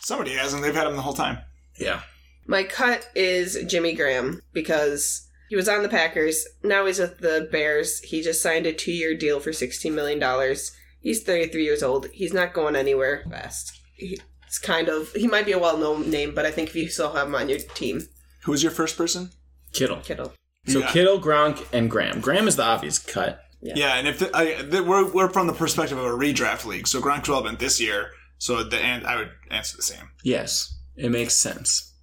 S2: Somebody has him. They've had him the whole time.
S3: Yeah.
S4: My cut is Jimmy Graham because he was on the Packers. Now he's with the Bears. He just signed a two year deal for $16 million. He's 33 years old. He's not going anywhere fast. He's kind of, he might be a well known name, but I think if you still have him on your team,
S2: Who was your first person?
S3: Kittle.
S4: Kittle.
S3: So
S2: Yeah.
S3: Kittle, Gronk, and Graham. Graham is the obvious cut.
S2: Yeah, and if the, I, the, we're we're from the perspective of a redraft league, so Gronk's relevant this year. So the and I would answer the same.
S3: Yes, it makes sense.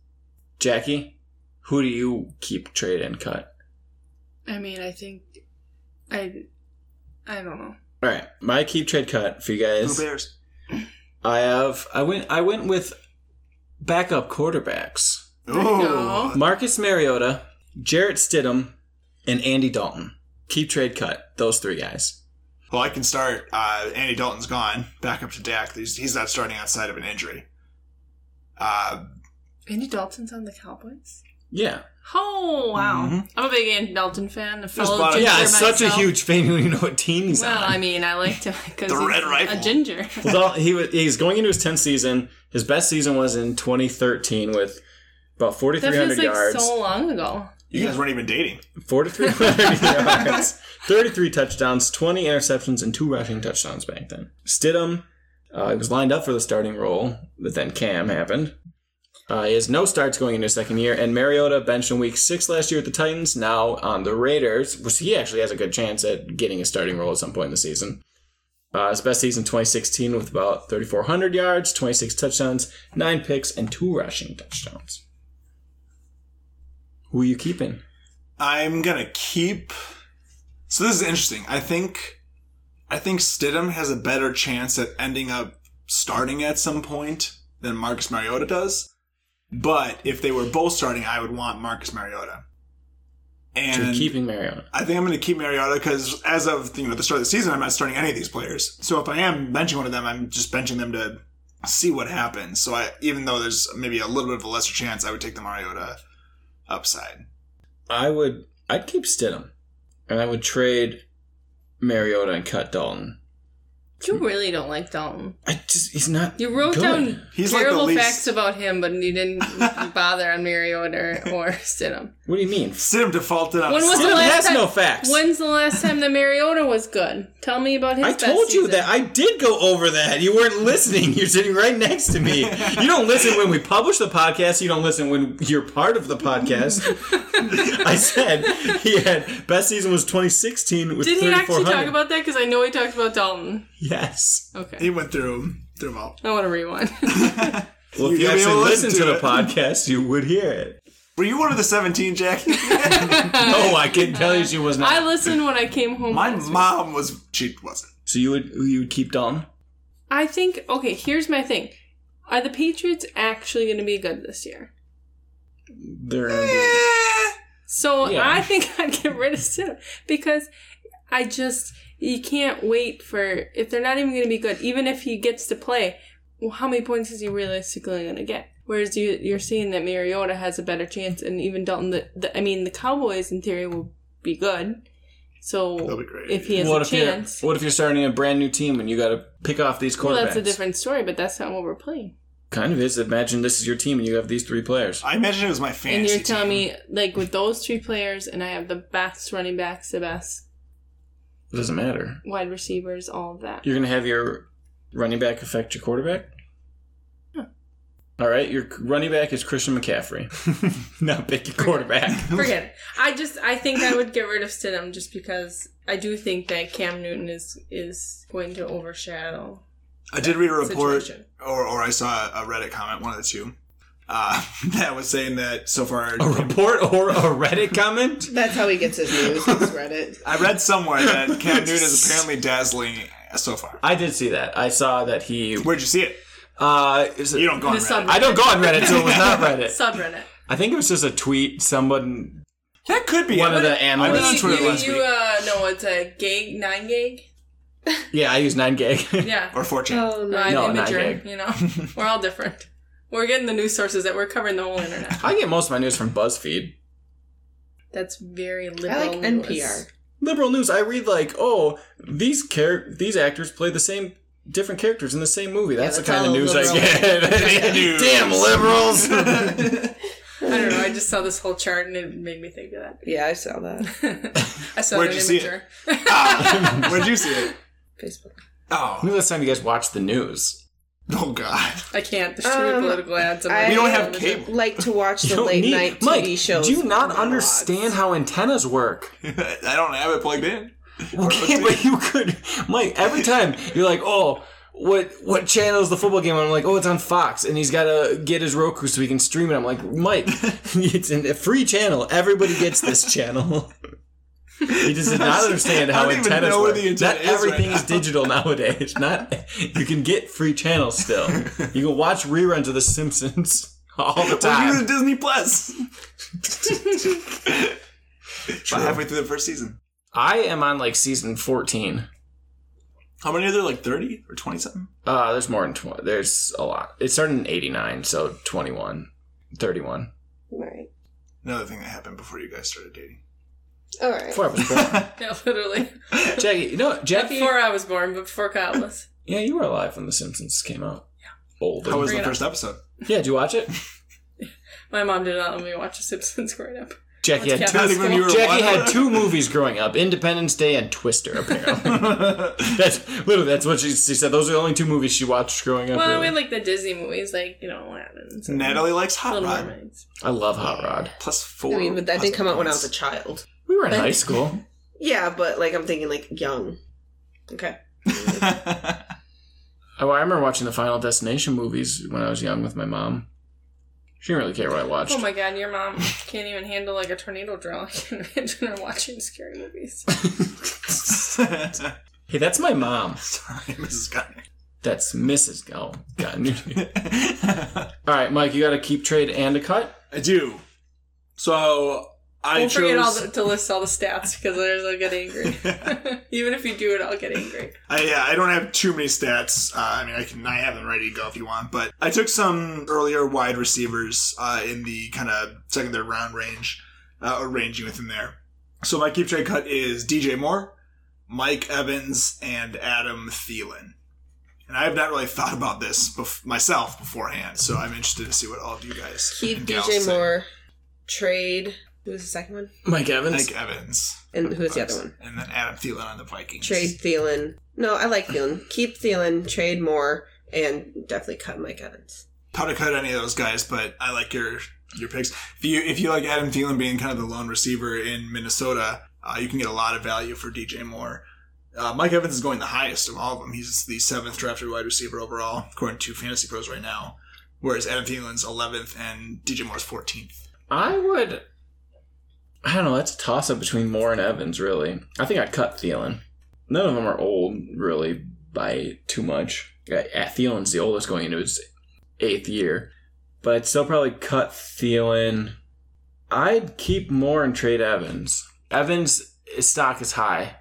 S3: Jackie, who do you keep trade and cut?
S6: I mean, I think I I don't know.
S3: All right, my keep trade cut for you guys.
S2: Blue Bears.
S3: I have I went I went with backup quarterbacks.
S2: Oh,
S3: Marcus Mariota, Jarrett Stidham, and Andy Dalton. Keep trade cut. Those three guys.
S2: well, I can start. Uh, Andy Dalton's gone. Back up to Dak. He's, he's not starting outside of an injury. Uh,
S6: Andy Dalton's on the Cowboys.
S3: Yeah.
S6: Oh wow!
S4: Mm-hmm.
S6: I'm a big Andy Dalton fan. A fellow
S2: bought it.
S6: ginger
S2: Yeah,
S3: Yeah, it's such a
S6: myself.
S3: huge fan when you know what team he's
S6: Well,
S3: on.
S6: I mean, I liked him because
S2: The Red Rifle.
S6: a ginger.
S3: Well, Dal- he was he's going into his 10th season. His best season was in 2013 with about
S6: That
S3: 4,300
S6: feels like
S3: yards.
S6: so long ago.
S2: you guys weren't even dating.
S3: 4,300 yards, 33 touchdowns, 20 interceptions, and two rushing touchdowns back then. Stidham, uh, he was lined up for the starting role, but then Cam happened. Uh, he has no starts going into his second year, and Mariota benched in week six last year with the Titans, now on the Raiders, which he actually has a good chance at getting a starting role at some point in the season. Uh, his best season 2016 with about 3,400 yards, 26 touchdowns, 9 picks, and 2 rushing touchdowns. Who are you keeping?
S2: I'm gonna keep. So this is interesting. I think, I think Stidham has a better chance at ending up starting at some point than Marcus Mariota does. But if they were both starting, I would want Marcus Mariota.
S3: So
S2: And
S3: keeping Mariota.
S2: I think I'm going to keep Mariota because as of you know the start of the season, I'm not starting any of these players. So if I am benching one of them, I'm just benching them to see what happens. So I, even though there's maybe a little bit of a lesser chance, I would take the Mariota upside.
S3: I would. I'd keep Stidham, and I would trade Mariota and cut Dalton.
S6: You really don't like Dalton.
S3: I just he's not.
S6: You wrote
S3: good.
S6: down
S2: He's like the
S6: terrible
S2: least-
S6: facts about him, but you didn't bother on Mariota or, or Stidham.
S3: What do you mean?
S2: Stidham defaulted on.
S6: When was
S2: Stidham.
S6: the
S3: Stidham
S6: last
S3: has
S6: time-
S3: no facts.
S6: When's the last time that Mariota was good? Tell me about his.
S3: I
S6: best
S3: told you
S6: season.
S3: that. I did go over that. You weren't listening. You're sitting right next to me. You don't listen when we publish the podcast. You don't listen when you're part of the podcast. I said he had best season was 2016 with
S6: Did he actually
S3: 3,400.
S6: talk about that? Because I know he talked about Dalton.
S3: Yes.
S6: Okay,
S2: he went through him, through them all.
S6: I want to rewind.
S3: Well, if
S2: You
S3: you
S2: gotta be
S3: actually
S2: able to
S3: listened
S2: listen
S3: to
S2: to
S3: the
S2: it.
S3: podcast, you would hear it.
S2: Were you one of the 17, Jack?
S3: No, Oh, I can tell you she was not.
S6: I listened when I came home.
S2: My
S6: last week.
S2: mom was. She wasn't.
S3: so you would you would keep Dalton?
S6: I think. Okay, here's my thing. Are the Patriots actually going to be good this year?
S3: They're gonna
S2: Eh,
S3: be-
S6: So
S3: Yeah.
S6: I think I'd get rid of Stidham because I just you can't wait for if they're not even going to be good. Even if he gets to play, well, how many points is he realistically going to get? Whereas you you're seeing that Mariota has a better chance, and even Dalton. The, the I mean, the Cowboys in theory will be good.
S2: That'll
S6: So
S2: be great.
S6: if he has
S3: what
S6: a
S3: if you're
S6: chance,
S3: what if you're starting a brand new team and you got to pick off these quarterbacks?
S6: well, that's a different story. But that's not what we're playing.
S3: Kind of is. Imagine this is your team and you have these three players.
S2: I imagine it was my
S6: and
S2: fantasy.
S6: you're telling me like with those three players, and I have the best running backs, the best
S3: It doesn't matter.
S6: wide receivers, all of that.
S3: You're gonna have your running back affect your quarterback. All right, your running back is Christian McCaffrey. Not pick your quarterback.
S6: Forget it. I just I think I would get rid of Stidham just because I do think that Cam Newton is is going to overshadow.
S2: I did read a report,
S6: Situation.
S2: or, or I saw a Reddit comment, one of the two, uh, that was saying that so far.
S3: a report or a Reddit comment?
S4: That's how he gets his news. It's Reddit.
S2: I read somewhere that Cam Newton is apparently dazzling so far.
S3: I did see that. I saw that he.
S2: Where'd you see it?
S3: Uh, is it-
S2: You don't go on
S6: The
S2: Reddit.
S6: sub-
S3: I don't go on Reddit, so it was not Reddit.
S6: Subreddit.
S3: I think it was just a tweet. Someone,
S2: That could be
S3: One
S2: it.
S3: of the
S2: I was
S3: analysts.
S2: on
S6: You,
S2: Twitter
S6: you,
S2: last
S6: you,
S2: week
S6: uh no, it's a gig nine gig.
S3: yeah, I use nine gig.
S6: Yeah.
S2: or fortune.
S4: Oh no.
S6: I'm
S3: No,
S6: imager,
S3: nine gig.
S6: you know. We're all different. We're getting the news sources that we're covering the whole internet.
S3: I get most of my news from BuzzFeed.
S6: That's very liberal.
S4: I like
S6: news.
S4: NPR.
S3: Liberal news. I read like, oh, these char- these actors play the same different characters in the same movie. That's
S4: that's
S3: the kind of
S4: all
S3: news I
S4: liberal.
S3: get. Damn liberals.
S6: I don't know. I just saw this whole chart and it made me think of
S4: Yeah, I saw that.
S6: that. I saw
S2: Where'd
S6: an
S2: you see it?
S6: imager. oh.
S2: Ah, where'd you see it?
S4: Facebook.
S2: Oh,
S3: when was the last time you guys watched the news?
S2: Oh God.
S6: I can't. There's too many
S4: Um,
S6: political ads. on my
S4: I- We don't
S2: have
S6: television.
S2: cable.
S4: Like to watch
S3: You
S4: the
S3: don't
S4: late
S3: need-
S4: night TV
S3: Mike,
S4: shows.
S3: Do you not
S4: monologues.
S3: understand how antennas work?
S2: I don't have it plugged in.
S3: Okay, but you could, Mike. Every time you're like, "Oh, what what channel is the football game on?" I'm like, "Oh, it's on Fox," and he's got to get his Roku so he can stream it. I'm like, Mike, it's an- a free channel. Everybody gets this channel. He just does not understand
S2: I
S3: how
S2: don't even
S3: antennas
S2: know where
S3: work.
S2: the antenna
S3: Not
S2: is
S3: everything
S2: right
S3: is digital nowadays. Not you can get free channels still. You can watch reruns of The Simpsons all the
S2: Well, use
S3: time.
S2: Disney Plus. About halfway through the first season.
S3: I am on like season 14.
S2: How many are there? Like thirty or twenty something?
S3: Uh, there's more than 20. There's a lot. It started in 89, so 21, 31.
S4: Right.
S2: Another thing that happened before you guys started dating.
S4: All right.
S3: Before I was born.
S6: No, literally.
S3: Jackie, you know, Jackie.
S6: Before I was born, but before Kyle was.
S3: yeah, you were alive when The Simpsons came out. Yeah. Old.
S2: How was
S6: Bring
S2: the
S6: it
S2: first episode?
S3: yeah, did you watch it?
S6: My mom did not let me watch The Simpsons growing up.
S3: Jackie had
S6: Let's
S3: two.
S6: count.
S2: Not even when you were
S3: Jackie had
S2: one?
S3: two movies growing up: Independence Day and Twister. Apparently, that's literally that's what she, she said. Those are the only two movies she watched growing up.
S6: Well,
S3: really.
S6: we had like the Disney movies, like, you know, Aladdin. and stuff.
S2: Natalie likes Hot
S6: Little
S2: Rod.
S6: Mermaids.
S3: I love Hot Rod.
S2: Plus four.
S4: I mean, but that didn't come out when I was a
S2: husbands.
S4: child.
S3: We were in high school.
S4: Yeah, but like I'm thinking like young. Okay.
S3: Oh, I remember watching the Final Destination movies when I was young with my mom. She didn't really care what I watched.
S6: Oh my god, your mom can't even handle like a tornado drill. I can imagine her watching scary movies.
S3: hey, that's my mom.
S2: Sorry, Mrs. Gunn.
S3: That's Mrs. Go. God. All right, Mike, you got to keep trade and a cut.
S2: I do. So I
S6: Don't
S2: chose.
S6: forget all the, to list all the stats because otherwise I'll get angry. even if you do it, I'll get angry.
S2: I, yeah, I don't have too many stats. Uh, I mean, I can I have them ready to go if you want, but I took some earlier wide receivers uh, in the kind of second third round range, uh, or ranging within there. So my keep trade cut is DJ Moore, Mike Evans, and Adam Thielen. And I have not really thought about this bef- myself beforehand, so I'm interested to see what all of you guys
S4: Keep
S2: and gals
S4: DJ
S2: say.
S4: Moore. Trade. Who was the second one?
S3: Mike Evans.
S2: Mike Evans,
S4: And who was the other one?
S2: and then Adam Thielen on the Vikings.
S4: Trade Thielen. No, I like Thielen. Keep Thielen. Trade Moore, and definitely cut Mike Evans.
S2: how to cut any of those guys, but I like your your picks. If you if you like Adam Thielen being kind of the lone receiver in Minnesota, uh, you can get a lot of value for DJ Moore. Uh, Mike Evans is going the highest of all of them. He's the seventh drafted wide receiver overall, according to Fantasy Pros right now. Whereas Adam Thielen's 11th and DJ Moore's 14th.
S3: I would. I don't know. That's a toss up between Moore and Evans, really. I think I'd cut Thielen. None of them are old, really, by too much. Yeah, Thielen's the oldest going into his eighth year. But I'd still probably cut Thielen. I'd keep Moore and trade Evans. Evans' his stock is high.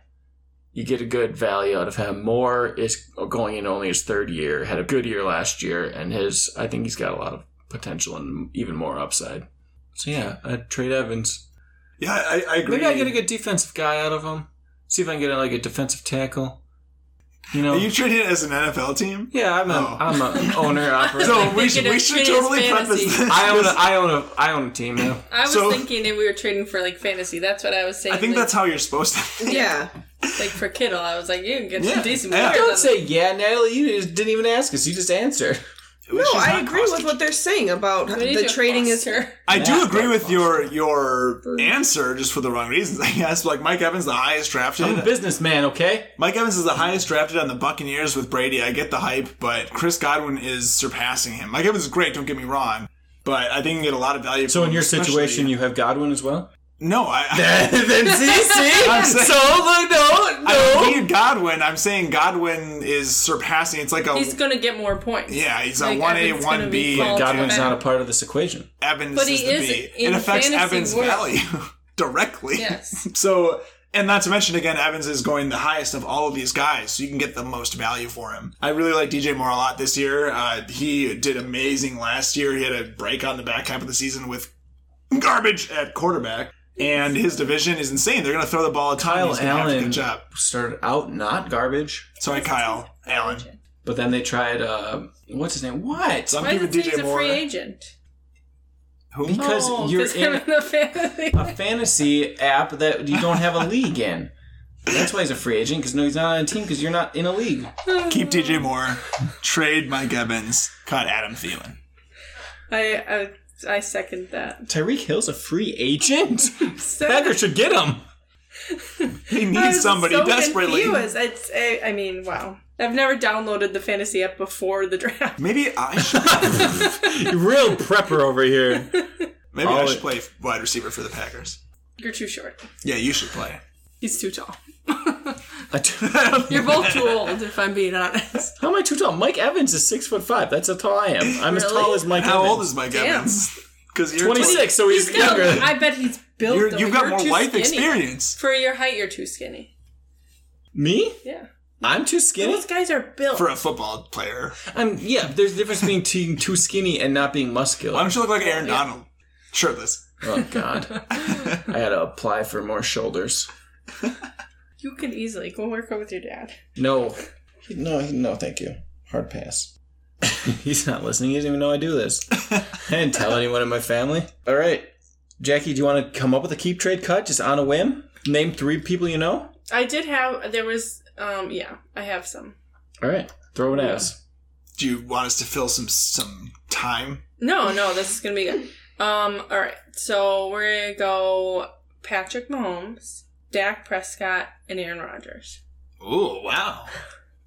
S3: You get a good value out of him. Moore is going into only his third year, had a good year last year, and his I think he's got a lot of potential and even more upside. So yeah, I'd trade Evans.
S2: Yeah, I, I agree.
S3: Maybe I get a good defensive guy out of him. See if I can get like a defensive tackle. You know?
S2: Are you treating it as an NFL team?
S3: yeah, I'm a
S2: Oh.
S3: am an owner operator.
S2: So we
S6: You
S2: should,
S6: get a
S2: we should
S6: treat as
S2: totally preface
S6: fantasy.
S2: this.
S3: I own a, I own a I own a team now.
S6: I was
S2: So-
S6: thinking if we were trading for like fantasy. That's what I was saying.
S2: I think
S6: like,
S2: that's how you're supposed to.
S4: Yeah.
S6: like for Kittle. I was like, you can get
S2: Yeah,
S6: some decent
S2: yeah.
S6: players.
S3: Don't
S6: on
S3: say yeah, Natalie. You just didn't even ask us. You just answered.
S4: No, I agree with what they're saying about
S6: it. We need
S4: the
S6: to
S4: trading is
S6: foster-
S2: I do
S3: Matt
S2: agree with your
S3: Buckbuster.
S2: your answer, just for the wrong reasons, I guess. Like Mike Evans, the highest
S3: I'm a
S2: drafted.
S3: businessman, okay?
S2: Mike Evans is the highest drafted on the Buccaneers with Brady. I get the hype, but Chris Godwin is surpassing him. Mike Evans is great. Don't get me wrong, but I think you can get a lot of value.
S3: So
S2: from
S3: in your
S2: him, especially-
S3: situation, you have Godwin as well.
S2: no, I, I,
S3: then see,
S2: I'm
S3: see,
S2: saying-
S3: the- no,
S2: I need Godwin. I'm saying Godwin is surpassing. It's like a
S6: He's gonna get more points.
S2: yeah, he's
S6: like,
S2: a one A,
S6: Evans gonna
S2: one
S6: be
S2: B.
S6: called
S3: Godwin's
S6: back.
S3: not a part of this equation.
S2: Evans
S6: But
S2: is
S6: he
S2: the
S6: is
S2: B.
S6: in
S2: It affects
S6: fantasy
S2: Evans'
S6: world.
S2: value directly.
S6: Yes.
S2: So, and not to mention again, Evans is going the highest of all of these guys, so you can get the most value for him. I really like DJ Moore a lot this year. Uh, he did amazing last year. He had a break on the back half of the season with garbage at quarterback, and his division is insane. They're going to throw the ball a ton.
S3: Kyle
S2: He's gonna have to
S3: Allen.
S2: Good job.
S3: Started out not garbage,
S2: Sorry, Kyle Allen.
S3: but then they tried. Uh, what's his name? What?
S2: So I'm
S6: Why
S2: giving
S6: does it say he's
S2: DJ
S6: a
S2: Moore.
S6: free agent?
S2: Who?
S3: Because
S6: Oh,
S3: you're
S6: 'cause I'm
S3: in
S6: the fantasy.
S3: a fantasy app that you don't have a league in. That's why he's a free agent because no, he's not on a team because you're not in a league.
S2: Keep DJ Moore. Trade Mike Evans. Cut Adam Thielen.
S6: I, I I second that.
S3: Tyreek Hill's a free agent.
S6: So
S3: Packers should get him.
S2: He
S6: I was
S2: needs somebody
S6: so
S2: desperately.
S6: Confused. It's, I, I mean, wow. I've never downloaded the fantasy app before the draft.
S2: Maybe I should.
S3: Real prepper over here.
S2: Maybe I
S3: All
S2: should
S3: it-
S2: play wide receiver for the Packers.
S6: You're too short.
S2: Yeah, you should play.
S6: He's too tall.
S3: I t-
S6: You're both too old, if I'm being honest.
S3: How am I too tall? Mike Evans is six foot five. That's how tall I am. I'm as tall as Mike
S2: How
S3: Evans.
S2: old is Mike Evans? Because you're
S3: twenty
S2: 26.
S3: six? So he's,
S6: Still,
S3: younger.
S6: I bet he's built.
S2: You're,
S6: though.
S2: you've got
S6: You're
S2: more
S6: too
S2: life
S6: skinny.
S2: experience.
S6: For your height, you're too skinny.
S3: Me?
S6: Yeah.
S3: I'm too skinny.
S6: Those guys are built.
S2: For a football player,
S3: I'm yeah. There's a difference between being too skinny and not being muscular.
S2: why don't you look like Aaron Donald, shirtless?
S3: Oh God! I gotta apply for more shoulders.
S6: you could easily go work out with your dad.
S3: No, no, no. Thank you. Hard pass. He's not listening. He doesn't even know I do this. I didn't tell anyone in my family. All right, Jackie, do you want to come up with a keep trade cut just on a whim? Name three people you know.
S6: I did have. There was. Um. Yeah. I have some.
S3: All right, throw an ass.
S2: Do you want us to fill some some time?
S6: No. No. This is gonna be good. Um. All right. So we're gonna go Patrick Mahomes, Dak Prescott, and Aaron Rodgers.
S2: Oh wow!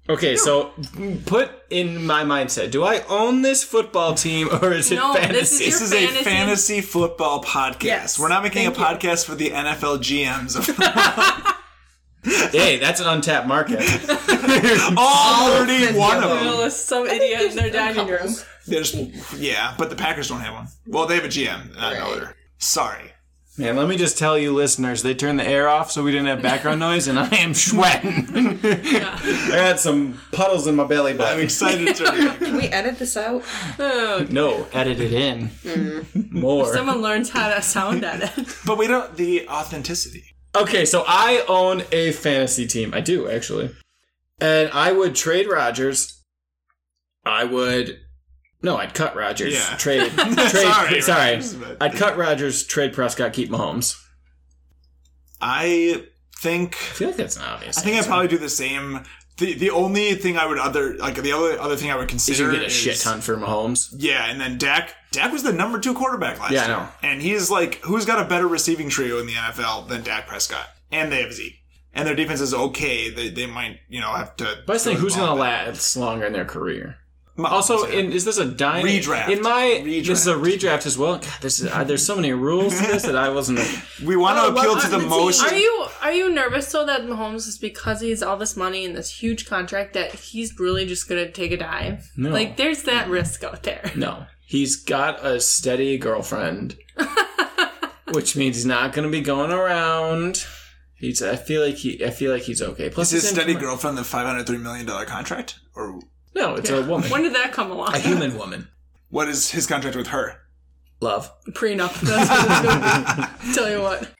S3: Okay, so put in my mindset: Do I own this football team or is it
S6: No,
S3: fantasy?
S6: this is
S2: This
S6: Your
S2: is a
S6: fantasy-
S2: fantasy football podcast.
S6: Yes.
S2: We're not making a
S6: Thank
S2: podcast for the NFL GMs of
S3: hey, that's an untapped market.
S2: all thirty-one of them.
S6: Well, some idiot in their dining room.
S2: There's yeah, but the Packers don't have one. Well, they have a GM, not an owner. Sorry.
S3: Man, let me just tell you, listeners, they turned the air off so we didn't have background noise, and I am sweating. I got some puddles in my belly
S2: I'm
S3: button.
S2: excited to
S4: Can we edit this out?
S6: Oh,
S3: No, edit it in. More.
S6: someone learns how to sound at it.
S2: But we don't the authenticity.
S3: Okay, so I own a fantasy team. I do, actually. And I would trade Rogers. I would. No, I'd cut Rogers.
S2: Yeah.
S3: Trade. trade
S2: Sorry,
S3: sorry.
S2: Rodgers, but-
S3: I'd cut Rogers, trade Prescott, keep Mahomes.
S2: I think
S3: I feel like that's an obvious.
S2: I think I
S3: answer.
S2: probably do the same. The the only thing I would other like the other other thing I would
S3: Did you
S2: consider
S3: get a
S2: is-
S3: shit ton for Mahomes?
S2: Yeah, and then Dak Dak was the number two quarterback last
S3: Yeah, I
S2: year.
S3: know.
S2: And he's like who's got a better receiving trio in the NFL than Dak Prescott? And they have Zeke. And their defense is okay. They, they might, you know, have to
S3: But I was
S2: throw
S3: thinking, who's
S2: the ball
S3: going to
S2: back.
S3: last longer in their career?
S2: Mahomes,
S3: Also,
S2: yeah.
S3: in, is this a dynasty
S2: Redraft.
S3: In my
S2: Redraft.
S3: this is a redraft as well. God, this is uh, there's so many rules to this that I wasn't.
S2: we want to
S3: Oh,
S2: appeal
S3: well,
S2: to the
S3: I'm the
S2: most
S6: Are you are you nervous though that Mahomes is because he has all this money and this huge contract that he's really just gonna take a dive?
S3: No.
S6: Like there's that risk out there.
S3: No, he's got a steady girlfriend, which means he's not going to be going around. He's. I feel like he. I feel like he's okay. Plus,
S2: Is his
S3: he's in-
S2: steady girlfriend the five hundred three million dollar contract, or
S3: No, it's a woman,
S6: When did that come along?
S3: a human woman.
S2: what is his contract with her?
S3: Love.
S6: Prenup. That's what it's gonna be. Tell you what.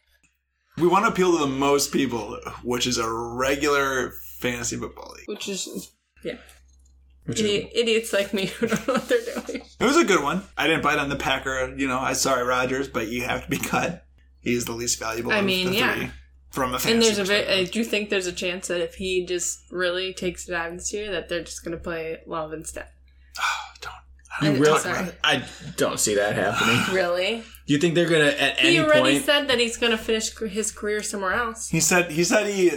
S2: We want to appeal to the most people, which is a regular fantasy football league.
S6: Which is
S3: Which is-
S6: idi- idiots like me who don't know what they're doing.
S2: It was a good one. I didn't bite on the Packer. You know, I sorry Rogers, but you have to be cut. He's the least valuable.
S6: I
S2: of
S6: mean,
S2: the
S6: yeah.
S2: three from a fantasy.
S6: And there's a uh,
S2: perspective.
S6: bit. I do think there's a chance that if he just really takes a dive this year, that they're just gonna play love instead.
S2: Oh,
S3: you
S6: I'm
S3: really,
S6: Oh, sorry.
S3: I don't see that happening.
S6: Really?
S3: You think they're gonna at
S6: He
S3: any
S6: already
S3: point?
S6: said that he's gonna finish c- his career somewhere else.
S2: He said he said he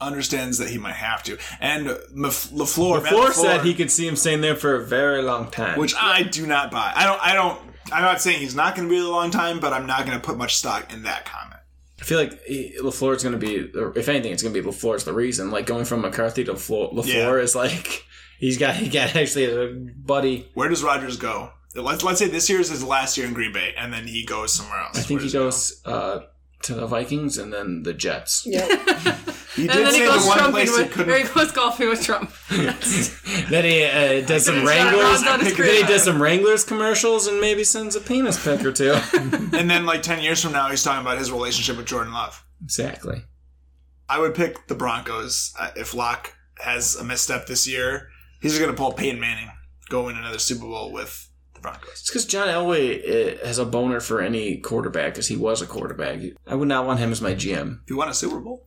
S2: understands that he might have to. And Mef- Lafleur, Matt
S3: Before said
S2: LaFleur,
S3: he could see him staying there for a very long time.
S2: which I do not buy. I don't. I don't. I'm not saying he's not going to be there a long time, but I'm not going to put much stock in that comment.
S3: I feel like eh, he- LaFleur's going to be, or if anything, it's going to be LaFleur's the reason. Like going from McCarthy to Flo- LaFleur
S2: Yeah.
S3: is like, he's got, he got actually a buddy.
S2: Where does Rogers go? Let's let's say this year is his last year in Green Bay, and then he goes somewhere else.
S3: I think
S2: Where
S3: he
S2: does
S3: goes uh, to the Vikings and then the Jets.
S2: He
S6: And
S2: did
S6: then he
S2: say
S6: goes
S2: the one
S6: trumping
S2: place he
S6: with, or he
S2: couldn't.
S6: goes golfing with Trump.
S3: Then he uh, does some Wranglers.
S6: rounds out his
S3: Then he
S6: career.
S3: does some Wranglers commercials and maybe sends a penis pic or two.
S2: And then, like ten years from now, he's talking about his relationship with Jordan Love.
S3: exactly.
S2: I would pick the Broncos uh, if Locke has a misstep this year. He's going to pull Peyton Manning, go win another Super Bowl with the Broncos.
S3: It's because John Elway uh, has a boner for any quarterback because he was a quarterback. I would not want him as my GM.
S2: He won a Super Bowl.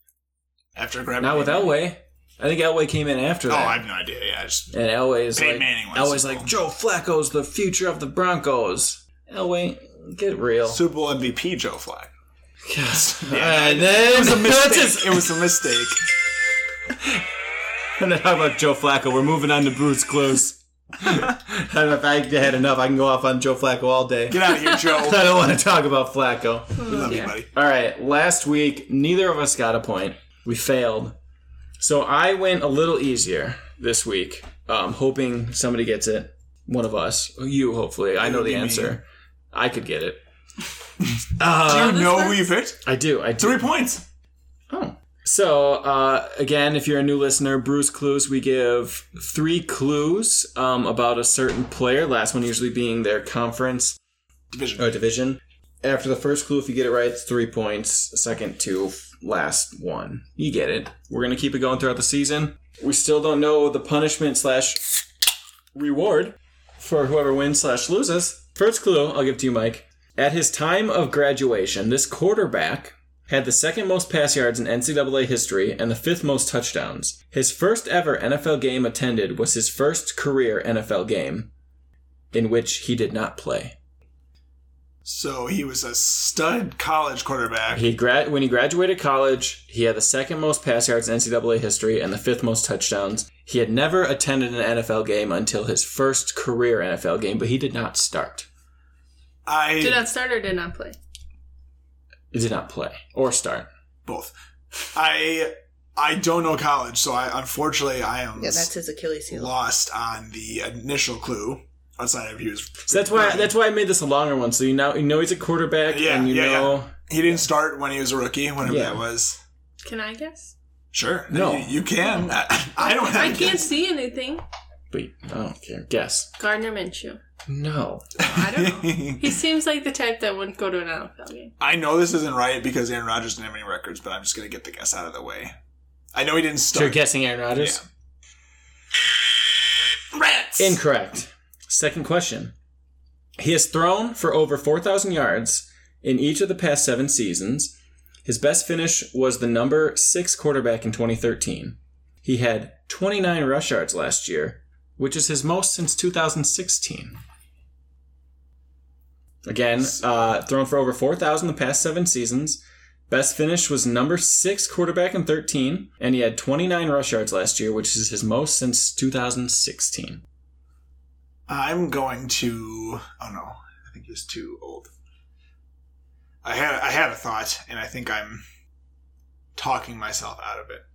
S2: after grabbing.
S3: Not with
S2: Peyton Manning?
S3: Elway. I think Elway came in after
S2: Oh,
S3: that.
S2: I have no idea. Yeah, I just
S3: and Elway is
S2: Peyton
S3: like
S2: Manning won
S3: Elway's
S2: Super
S3: like Joe Flacco's the future of the Broncos. Elway, get real.
S2: Super Bowl MVP Joe Flacco.
S3: Yes.
S2: Yeah,
S3: and then
S2: It was a
S3: that's
S2: mistake. it was a mistake.
S3: And then how about Joe Flacco? We're moving on to Bruce Close. I don't know if I had enough. I can go off on Joe Flacco all day.
S2: Get out of here, Joe.
S3: I don't want to talk about Flacco.
S2: We love you, buddy.
S3: All right, last week, neither of us got a point. We failed. So I went a little easier this week, um, hoping somebody gets it. One of us. You, hopefully. I know
S2: would
S3: the
S2: be me.
S3: answer. I could get it.
S2: Do
S3: Uh,
S2: you know who you picked?
S3: I do. I do.
S2: Three points.
S3: Oh. So, uh, again, if you're a new listener, Bruce Clues, we give three clues um, about a certain player, last one usually being their conference
S2: Division.
S3: or division. After the first clue, if you get it right, it's three points. Second two, last one. You get it. We're going to keep it going throughout the season. We still don't know the punishment slash reward for whoever wins slash loses. First clue, I'll give to you, Mike. At his time of graduation, this quarterback had the second most pass yards in NCAA history and the fifth most touchdowns. His first ever NFL game attended was his first career NFL game, in which he did not play.
S2: So he was a stud college quarterback.
S3: He grad when he graduated college, he had the second most pass yards in NCAA history and the fifth most touchdowns. He had never attended an NFL game until his first career NFL game, but he did not start.
S2: I
S6: Did not start or did not play?
S3: He did not play or start.
S2: both. I I don't know college, so I unfortunately I am
S4: Yeah, that's his Achilles heel.
S2: lost on the initial clue. Outside of he was
S3: So that's why that's why I made this a longer one. So you now you know he's a quarterback,
S2: Yeah,
S3: and you
S2: yeah,
S3: know
S2: he didn't start when he was a rookie, whenever
S3: Yeah.
S2: that was.
S6: Can I guess?
S2: Sure,
S3: No.
S2: you, you can. I, I don't. Have
S6: I
S2: to-
S6: can't see anything.
S3: wait, I don't care. Guess
S6: Gardner Minshew.
S3: no.
S6: I don't know. he seems like the type that wouldn't go to an NFL game.
S2: I know this isn't right because Aaron Rodgers didn't have any records, but I'm just gonna get the guess out of the way. I know he didn't
S3: So you're
S2: start.
S3: guessing Aaron Rodgers?
S2: Rats.
S3: Incorrect. Second question. He has thrown for over 4,000 yards in each of the past seven seasons. His best finish was the number six quarterback in 2013. He had 29 rush yards last year, which is his most since 2016. Again, uh, thrown for over 4,000 the past seven seasons. Best finish was number six quarterback in 13, and he had 29 rush yards last year, which is his most since 2016.
S2: I'm going to. Oh no, I think he's too old. I had I had a thought, and I think I'm talking myself out of it.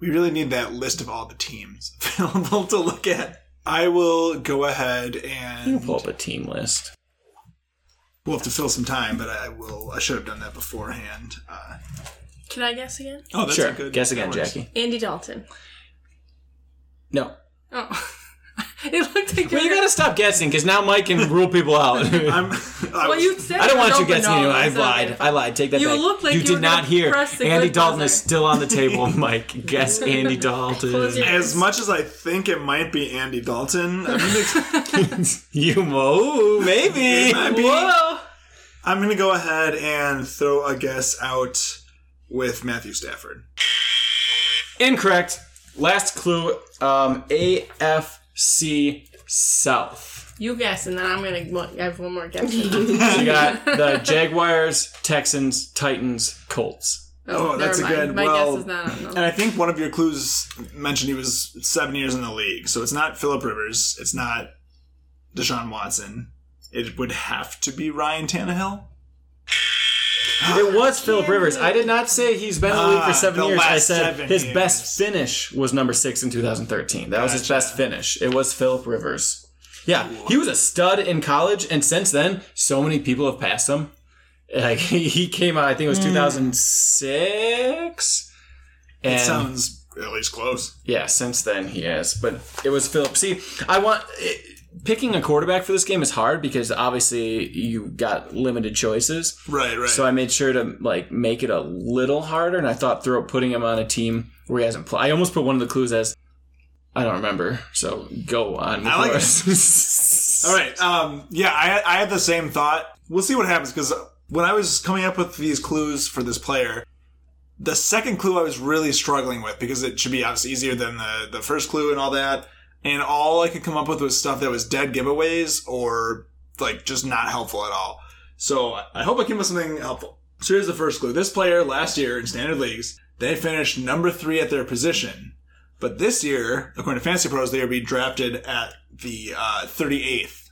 S2: We really need that list of all the teams available to look at. I will go ahead
S3: You
S2: and
S3: can pull up a team list.
S2: we'll have to fill some time, but I will. I should have done that beforehand. Uh,
S6: Can I guess again?
S2: oh, that's
S3: sure.
S2: a good
S3: Guess again,
S2: that works.
S3: Jackie.
S6: Andy Dalton.
S3: No.
S6: Oh. it looked like
S3: Well, you gotta stop guessing because now Mike can rule people out. I
S2: I'm. I
S6: Well,
S2: was-
S6: you said
S3: don't
S6: it
S3: want you
S6: open
S3: guessing. You.
S6: all
S3: I
S6: those, okay.
S3: lied. I lied. Take that
S6: You
S3: back.
S6: look like
S3: you,
S6: you
S3: did
S6: were
S3: not
S6: gonna
S3: hear.
S6: press the
S3: Andy
S6: good
S3: Dalton is
S6: buzzer.
S3: still on the table. Mike, guess Andy
S6: Close your-
S3: Dalton.
S2: as much as I think it might be Andy Dalton, I'm gonna
S3: you mo maybe.
S2: It might be.
S3: Whoa.
S2: I'm gonna go ahead and throw a guess out with Matthew Stafford.
S3: Incorrect. Last clue. Um, AFC South.
S6: You guess, and then I'm gonna. Well, I have one more guess.
S3: You got the Jaguars, Texans, Titans, Colts.
S2: Oh, that's a
S6: never mind.
S2: good-
S6: My
S2: well-
S6: guess is not on
S2: And I think one of your clues mentioned he was seven years in the league, so it's not Philip Rivers, it's not Deshaun Watson. It would have to be Ryan Tannehill.
S3: It was Philip Rivers. I did not say he's been in the league for
S2: Ah,
S3: seven
S2: the
S3: years. I
S2: last
S3: said
S2: seven
S3: his
S2: years.
S3: best finish was number six in 2013. That was his best finish. It was Philip Rivers. Yeah, he was a stud in college, and since then, so many people have passed him. Like he he came out, I think it was 2006. And
S2: It sounds at least close.
S3: yeah, since then he has, but it was Philip. See, I want it, picking a quarterback for this game is hard because obviously you got limited choices.
S2: Right, right.
S3: So I made sure to like make it a little harder, and I thought throw putting him on a team where he hasn't played. I almost put one of the clues as I don't remember. So go on. with
S2: I like
S3: yours.
S2: All right. Um, yeah, I, I had the same thought. We'll see what happens because when I was coming up with these clues for this player, The second clue I was really struggling with because it should be obviously easier than the, the first clue and all that. And all I could come up with was stuff that was dead giveaways or like just not helpful at all. So I- I hope I came up with something helpful. So here's the first clue. This player last year in standard leagues, they finished number three at their position. But this year, according to Fantasy Pros, they will be drafted at the uh, 38th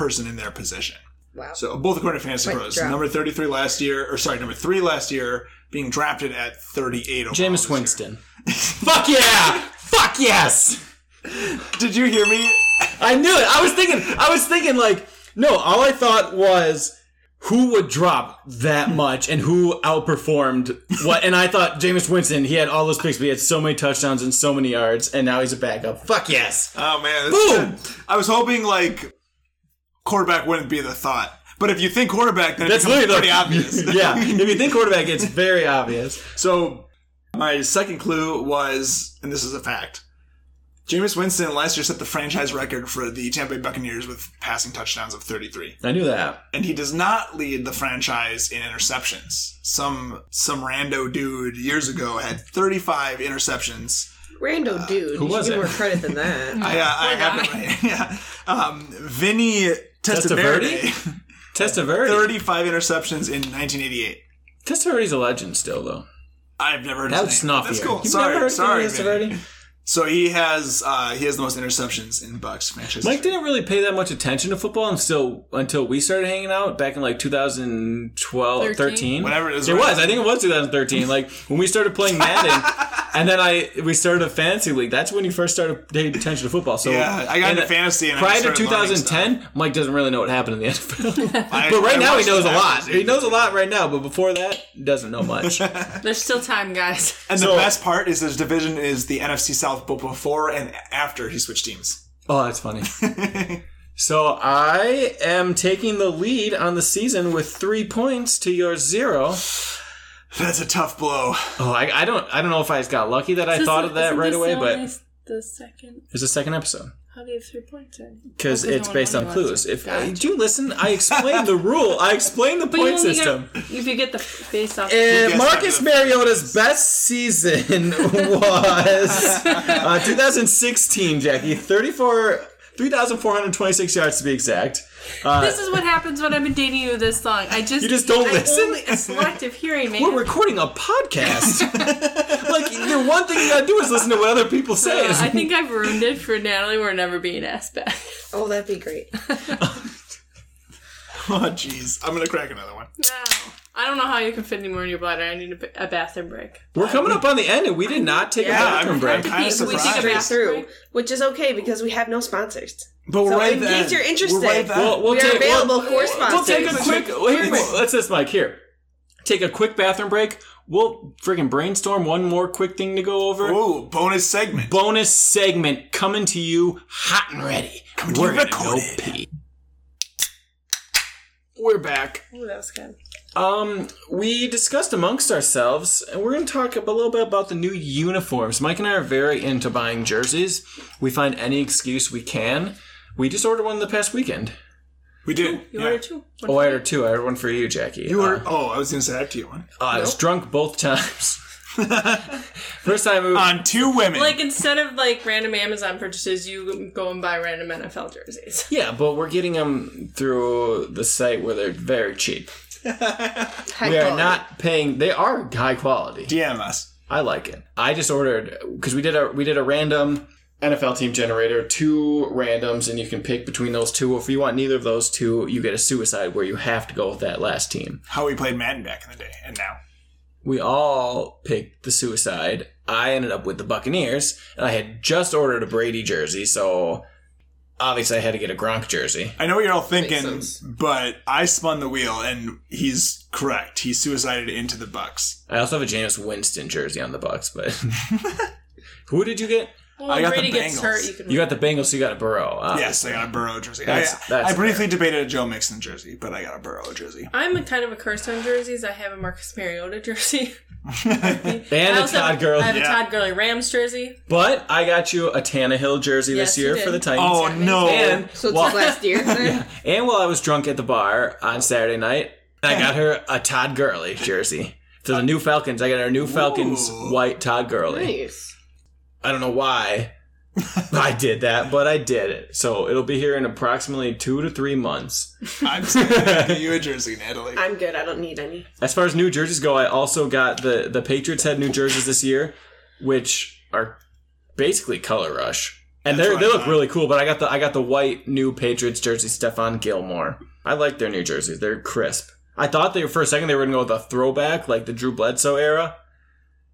S2: person in their position.
S4: Wow.
S2: So both according to Fantasy
S4: Wait,
S2: Pros,
S4: draft.
S2: number 33 last year, or sorry, number three last year, being drafted at 38 overall this
S3: James
S2: year.
S3: Winston. Fuck yeah! Fuck yes!
S2: Did you hear me?
S3: I knew it. I was thinking. I was thinking like no. All I thought was who would drop that much and who outperformed what. And I thought Jameis Winston. He had all those picks, but he had so many touchdowns and so many yards, and now he's a backup. Fuck yes.
S2: Oh man, this is
S3: Boom!
S2: good. I was hoping like quarterback wouldn't be the thought, but if you think quarterback, then
S3: That's
S2: that's
S3: literally
S2: pretty
S3: the-
S2: obvious.
S3: yeah. If you think quarterback, it's very obvious.
S2: So my second clue was, and this is a fact. Jameis Winston last year set the franchise record for the Tampa Bay Buccaneers with passing touchdowns of 33,
S3: I knew that.
S2: and he does not lead the franchise in interceptions. Some some rando dude years ago had 35 interceptions.
S4: Rando
S2: Uh,
S4: dude.
S3: who
S4: you
S3: was
S4: should
S3: it?
S4: give more credit than that.
S2: I, uh, I have it right. Yeah, um, Vinny
S3: Oh Testaverde?
S2: Testaverde.
S3: Testaverde.
S2: 35 interceptions in 1988.
S3: Testaverde's a legend still, though.
S2: I've never heard
S3: That's
S2: his name.
S3: snuffier.
S2: That's cool.
S3: You've
S2: sorry,
S3: never heard of
S2: sorry.
S3: Vinny
S2: Vinny.
S3: Testaverde?
S2: So he has uh, he has the most interceptions in Bucks franchise.
S3: Mike didn't really pay that much attention to football until until we started hanging out back in like 2012 13,
S2: Whatever it is,
S3: It
S2: right?
S3: was. I think it was 2013. like when we started playing Madden, and then I we started a fantasy league. That's when you first started paying attention to football. So
S2: Yeah, I got
S3: and
S2: into fantasy and I
S3: prior to
S2: started learning
S3: 2010, Mike doesn't really know what happened in the NFL.
S2: I-
S3: but right
S2: I
S3: now he
S2: watched
S3: knows a
S2: the
S3: lot.
S2: Packers.
S3: He knows a lot right now. But before that, he doesn't know much.
S6: There's still time, guys.
S2: And
S3: So-
S2: the best part is his division is the NFC South, but before and after he switched teams.
S3: Oh, that's funny. so I am taking the lead on the season with three points to your zero.
S2: That's a tough blow.
S3: Oh, I, I don't I don't know if I just got lucky that I thought of that right away, but
S5: the second.
S3: it's a second episode
S5: How do you have three points? already?
S3: because
S6: Well, 'cause
S3: it's
S6: no one
S3: based on
S6: really wants
S3: clues.
S6: it.
S3: If
S6: Gotcha.
S3: do you listen, I explained the rule. I explained the
S6: But you
S3: point
S6: only
S3: system.
S6: Get, if you get the face off,
S3: Uh,
S2: guys
S3: Marcus
S2: have
S3: Mariota's best season was uh, 2016. Jackie, 34, 3,426 yards to be exact. Uh,
S6: this is what happens when I've been dating you this long. I just
S3: You just don't
S6: I
S3: listen?
S6: Only, it's selective hearing, man.
S3: We're recording a podcast. like the one thing you gotta do is listen to what other people
S6: Uh,
S3: say.
S6: I think I've ruined it for Natalie. We're never being asked back.
S4: Oh, that'd be great.
S2: Oh jeez, I'm gonna crack another one.
S6: No. I don't know how you can fit any more in your bladder. I need a, b- a bathroom break.
S3: We're coming up on the end, and we did not take
S4: Yeah,
S3: a bathroom
S2: I'm-
S3: break.
S2: I'm kinda
S6: We- we take a
S2: surprised.
S4: Straight
S6: bathroom
S4: through,
S6: break.
S4: which is okay because we have no sponsors.
S2: But we're
S4: So
S2: right
S4: in
S2: then.
S4: case you're interested,
S2: we're right then.
S3: We'll, we'll
S4: we are
S3: take, we'll-
S4: available for
S3: we'll,
S4: sponsors.
S3: take a quick. Here, let's this, Mike. Here, take a quick bathroom break. We'll freaking brainstorm one more quick thing to go over.
S2: Ooh, bonus segment.
S3: Bonus segment coming to you hot and ready.
S2: to
S3: We're
S2: you
S3: gonna go
S2: recorded.
S3: pee. We're back.
S5: Ooh, that was good.
S3: Um, we discussed amongst ourselves, and we're going to talk a little bit about the new uniforms. Mike and I are very into buying jerseys. We find any excuse we can. We just ordered one the past weekend.
S2: we did.
S6: You
S2: yeah.
S6: ordered two. One
S3: Oh,
S6: for
S3: I
S6: me.
S3: ordered two. I ordered one for you, Jackie.
S2: You were.
S3: Uh,
S2: Oh, I was gonna say after you one.
S3: uh, I was drunk both times. First time it was,
S2: On two women.
S6: Like instead of like random Amazon purchases, you go and buy random NFL jerseys.
S3: yeah, but we're getting them through the site where they're very cheap.
S4: High
S3: We are
S4: quality.
S3: not paying. They are high quality.
S2: DM us.
S3: I like it. I just ordered because we did a we did a random NFL team generator, two randoms, and you can pick between those two. If you want neither of those two, you get a suicide where you have to go with that last team.
S2: How we played Madden back in the day, and now.
S3: We all picked the suicide. I ended up with the Buccaneers, and I had just ordered a Brady jersey, so obviously I had to get a Gronk jersey.
S2: I know what you're all thinking,
S4: sense.
S2: but I spun the wheel, and he's correct. He suicided into the Bucks.
S3: I also have a Jameis Winston jersey on the Bucks, but who did you get?
S6: Well,
S2: I
S6: when
S2: got the
S6: Brady gets
S2: Bengals.
S6: hurt, you can.
S3: You got the Bengals, so you got a Burrow. Uh,
S2: yes, I got a Burrow jersey.
S3: That's-
S2: I,
S3: that's
S2: I briefly debated a Joe Mixon jersey, but I got a Burrow jersey.
S6: I'm a kind of a curse on jerseys. I have a Marcus Mariota jersey.
S3: and
S6: I
S3: a
S6: also have
S3: Todd
S6: a-
S3: Gurley.
S6: I have
S2: Yeah.
S6: a Todd Gurley Rams jersey.
S3: But I got you a Tannehill jersey
S6: Yes,
S3: this year
S6: you
S3: for the
S6: did.
S3: Titans.
S2: Oh no!
S3: And
S4: So it's
S3: while,
S4: like last year. then?
S3: and while I was drunk at the bar on Saturday night, I got her a Todd Gurley jersey to the new Falcons. I got our new Falcons
S2: Ooh.
S3: white Todd Gurley.
S4: Nice.
S3: I don't know why I did that, but I did it. So it'll be here in approximately two to three months.
S2: I'm sending you a jersey, Natalie.
S4: I'm good. I don't need any.
S3: As far as New Jerseys go, I also got the the Patriots had New Jerseys this year, which are basically color rush. And they
S2: That's
S3: they
S2: what I
S3: look
S2: thought.
S3: really cool, but I got the I got the white new Patriots jersey, Stefan Gilmore. I like their new jerseys; they're crisp. I thought they were for a second they were gonna go with a throwback like the Drew Bledsoe era,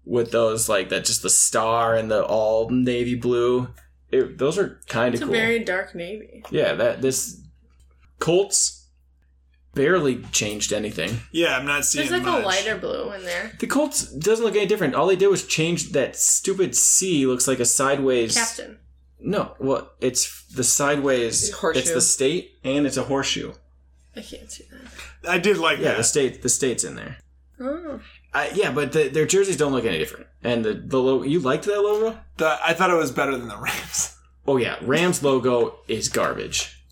S3: with those like that just the star and the all navy blue. It, those are kind of
S6: It's a
S3: cool.
S6: very dark navy.
S3: Yeah, that this Colts barely changed anything.
S2: Yeah, I'm not seeing
S6: There's like
S2: much.
S6: a lighter blue in there.
S3: The Colts doesn't look any different. All they did was change that stupid C looks like a sideways.
S6: Captain.
S3: No, well, it's the sideways.
S4: It's a horseshoe.
S3: It's the state and it's a horseshoe.
S6: I can't see that.
S2: I did like
S3: Yeah, the
S2: that.
S3: state. The state's in there.
S6: Oh.
S3: Uh, yeah, but the, their jerseys don't look any different. And the the logo. You liked that logo?
S2: The, I thought it was better than the Rams.
S3: Oh yeah, Rams logo is garbage.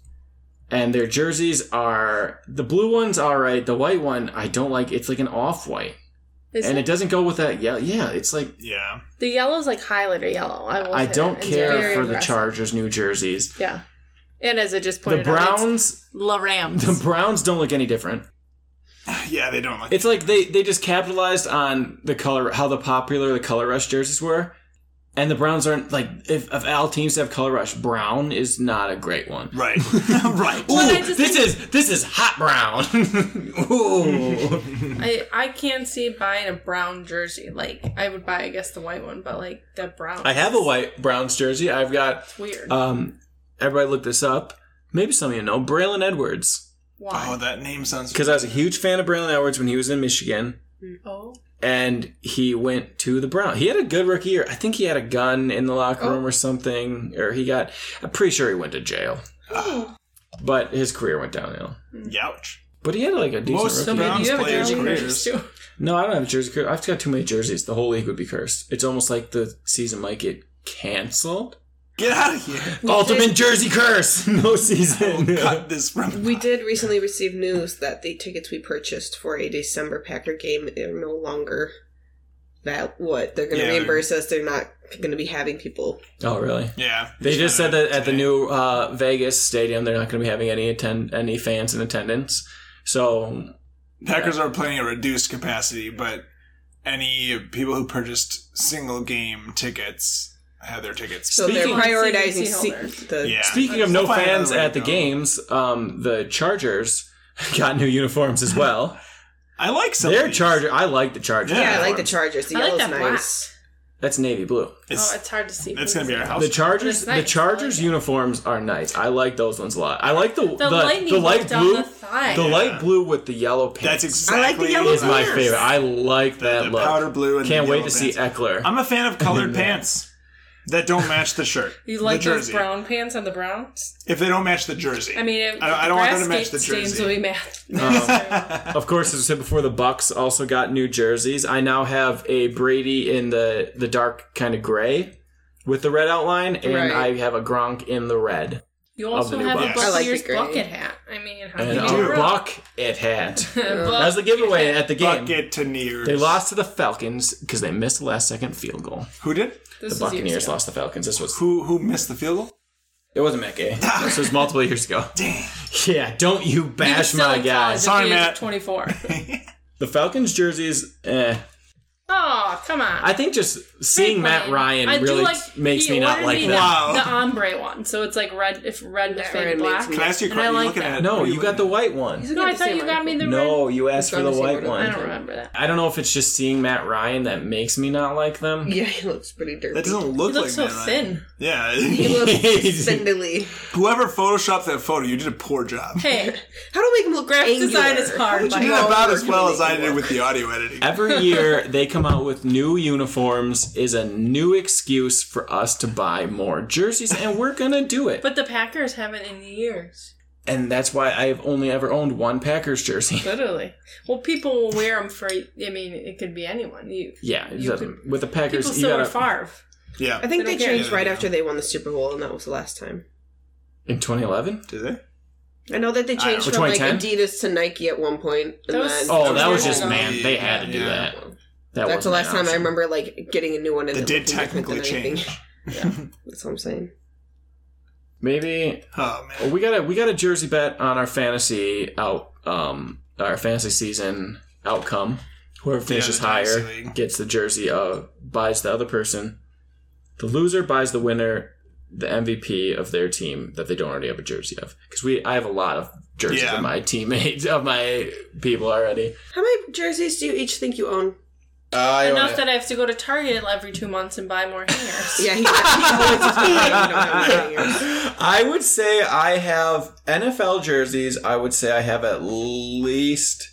S3: And their jerseys are the blue one's all right. The white one I don't like. It's like an off white.
S6: Is
S3: and
S6: it-
S3: it doesn't go with that. Yeah, yeah. It's like
S2: Yeah.
S6: the yellow's like highlighter yellow. I, will
S3: I
S6: say
S3: don't
S6: that. It's
S3: care
S6: very
S3: for the
S6: impressive.
S3: Chargers new jerseys.
S6: Yeah. And as I just
S3: The
S6: pointed out, it's
S3: Browns,
S6: La Rams.
S3: the Browns don't look any different.
S2: Yeah, they don't like
S3: It's like they they just capitalized on the color, how the popular the color rush jerseys were, and the Browns aren't like if if all teams have color rush, brown is not a great one.
S2: Right. right.
S3: Ooh,
S6: I
S3: this
S6: just
S3: is this is hot brown. Ooh.
S6: I, I can't see buying a brown jersey. Like I would buy, I guess, the white one, but like the brown.
S3: I have a white Browns jersey. I've got
S6: It's weird.
S3: um. Everybody look this up. Maybe some of you know Braylon Edwards
S2: Oh,
S6: Why?
S2: that name sounds.
S3: because I was a huge fan of Braylon Edwards when he was in Michigan.
S6: Oh,
S3: and he went to the Brown. He had a good rookie year. I think he had a gun in the locker room or something, or he got. I'm pretty sure he went to jail, but his career went downhill.
S2: Youch.
S3: But he had like a decent
S2: Most
S3: rookie.
S2: Browns
S6: you have a
S2: players'
S6: jersey
S2: careers.
S6: too.
S3: No, I don't have a jersey. curse. I've got too many jerseys. The whole league would be cursed. It's almost like the season might get canceled.
S2: Get out of here.
S3: Ultimate jersey curse. No season.
S2: Cut this from.
S4: We did recently receive news that the tickets we purchased for a December Packer game are no longer that what they're going to
S2: Yeah.
S4: reimburse us. They're not going to be having people.
S3: oh, really?
S2: Yeah.
S3: They just said that at the
S2: Today.
S3: new uh, Vegas stadium, they're not going to be having any attend any fans in attendance. So
S2: Packers are playing at reduced capacity, but any people who purchased single game tickets had their tickets.
S4: So
S3: Speaking-
S4: they're prioritizing
S6: CVC
S4: se-
S6: holder.
S4: the
S2: yeah.
S3: Speaking of no
S2: Find another
S3: fans
S2: way to
S3: at the
S2: go.
S3: games, um, the Chargers got new uniforms as well.
S2: I like some. of
S3: Their
S2: these.
S3: Charger, I like the Chargers.
S4: Yeah, I
S2: Yeah.
S4: like the Chargers. The
S6: I like
S4: yellow's
S6: that black.
S4: nice.
S3: That's navy blue.
S2: It's,
S6: oh, it's hard to see.
S2: it's gonna be our house.
S3: The Chargers,
S6: it's nice.
S3: the Chargers
S6: I like it.
S3: uniforms are nice. I like those ones a lot. I like the the,
S6: The, lightning
S3: the light
S6: down
S3: blue,
S6: the thigh.
S3: the
S2: Yeah.
S3: light blue with the yellow pants.
S2: That's exactly.
S4: yellow
S3: is my
S4: pants.
S3: favorite. I like that
S2: the
S3: look.
S2: powder blue and the
S3: Can't wait to
S2: yellow
S3: see
S2: pants.
S3: Eckler.
S2: I'm a fan of colored pants that don't match the shirt.
S6: you like
S2: the
S6: those
S2: jersey.
S6: brown pants on the Browns?
S2: If they don't match the jersey,
S6: I mean, if,
S2: I, I don't want them to match the
S6: James
S2: jersey.
S6: will be mad.
S3: Of course, as I said before, the Bucks also got new jerseys. I now have a Brady in the the dark kind of gray with the red outline, and
S4: Right.
S3: I have a Gronk in the red
S6: you
S3: Of the
S6: also
S3: new
S6: have
S3: Bucks.
S6: a
S4: I like the
S6: Buccaneers
S4: gray.
S6: bucket hat. I mean, how
S3: and
S6: can
S2: do.
S6: you
S3: a
S6: do wrong?
S3: bucket hat. That was
S6: Buck-
S3: the giveaway at the game.
S2: Bucket to near.
S3: They lost to the Falcons because they missed the last second field goal.
S2: Who did?
S6: This
S3: The
S6: was years
S3: Buccaneers
S6: ago.
S3: lost the Falcons. This was
S2: Who who missed the field goal?
S3: it wasn't Matt Gay. this was multiple years ago.
S2: Damn.
S3: Yeah, don't you
S6: He was
S3: bash
S6: still
S3: my
S6: in
S3: guy.
S6: college at
S2: Sorry,
S6: the age of
S2: Matt.
S6: 24.
S3: The Falcons jerseys, eh.
S6: oh, come on.
S3: I think just seeing Matt Ryan
S6: I do
S3: really
S6: like-
S3: makes
S6: he
S3: me not
S6: ordered
S3: like
S6: me
S3: them.
S6: the,
S2: Wow.
S6: the ombre one. So it's like red, if red to
S4: That
S6: fade
S4: red
S6: black.
S4: makes me-
S2: Can I ask you? a
S6: And I
S2: question? You
S6: like
S2: looking
S6: that.
S2: at?
S3: No,
S2: what are
S3: you got the white one.
S6: No, I thought you got me the
S3: No,
S6: red.
S3: you asked for
S4: on
S3: the
S4: the
S3: white
S4: same
S3: one.
S6: I don't remember that.
S3: I don't know if it's just seeing Matt Ryan that makes me not like them.
S4: Yeah, he looks pretty dirty.
S2: That doesn't
S6: He
S2: look like
S6: looks so
S2: Matt Ryan.
S6: thin.
S2: Yeah.
S4: he looks spindly.
S2: Whoever photoshopped that photo, you did a poor job.
S6: Hey,
S4: How do I make him look graphic
S6: design is hard.
S2: You
S6: Like,
S2: did
S4: Well,
S2: about
S4: we're
S2: as well
S4: gonna
S2: as
S4: make
S2: I
S4: it
S2: did
S4: work.
S2: with the audio editing.
S3: Every year they come out with new uniforms is a new excuse for us to buy more jerseys and we're going to do it.
S6: but the Packers haven't in years.
S3: And that's why I've only ever owned one Packers jersey.
S6: Literally. Well, people will wear them for. I mean, it could be anyone. You.
S3: Yeah, it
S6: You
S3: doesn't-
S6: could-
S3: with the Packers
S6: People
S3: you
S6: still
S3: got
S6: wear Favre.
S4: I
S2: Yeah.
S4: think
S6: They
S4: they
S6: don't care.
S4: changed right after they won the Super Bowl, and that was the last time.
S3: in 2011.
S2: Did they?
S4: I know that they
S2: I don't-
S4: changed
S3: Which
S4: from
S3: one,
S4: like
S3: 10?
S4: Adidas to Nike at one point, and
S6: Uh, That was-
S4: then
S3: Oh, that was
S6: Yeah.
S3: just man. They had to do
S2: Yeah.
S3: that. that.
S4: that's the
S3: wasn't
S4: last
S3: an
S4: time I
S3: option.
S4: remember like getting a new one. And
S2: That
S4: it
S2: did
S4: looking different than
S2: technically
S4: anything.
S2: change.
S4: That's what I'm saying.
S3: Maybe
S2: Oh
S3: well,
S2: man.
S3: we got a we got a jersey bet on our fantasy out um our fantasy season outcome. Whoever finishes
S2: the
S3: higher
S2: Dynasty League.
S3: gets the jersey. Uh, buys the other person. The loser buys the winner the MVP of their team that they don't already have a jersey of. Because we I have a lot of jerseys
S2: Yeah.
S3: of my teammates of my people already.
S4: How many jerseys do you each think you own?
S6: Enough that I have to go to Target every two months and buy more hangers.
S4: Yeah, he, he always just you don't have any hangers.
S3: I would say I have NFL jerseys. I would say I have at least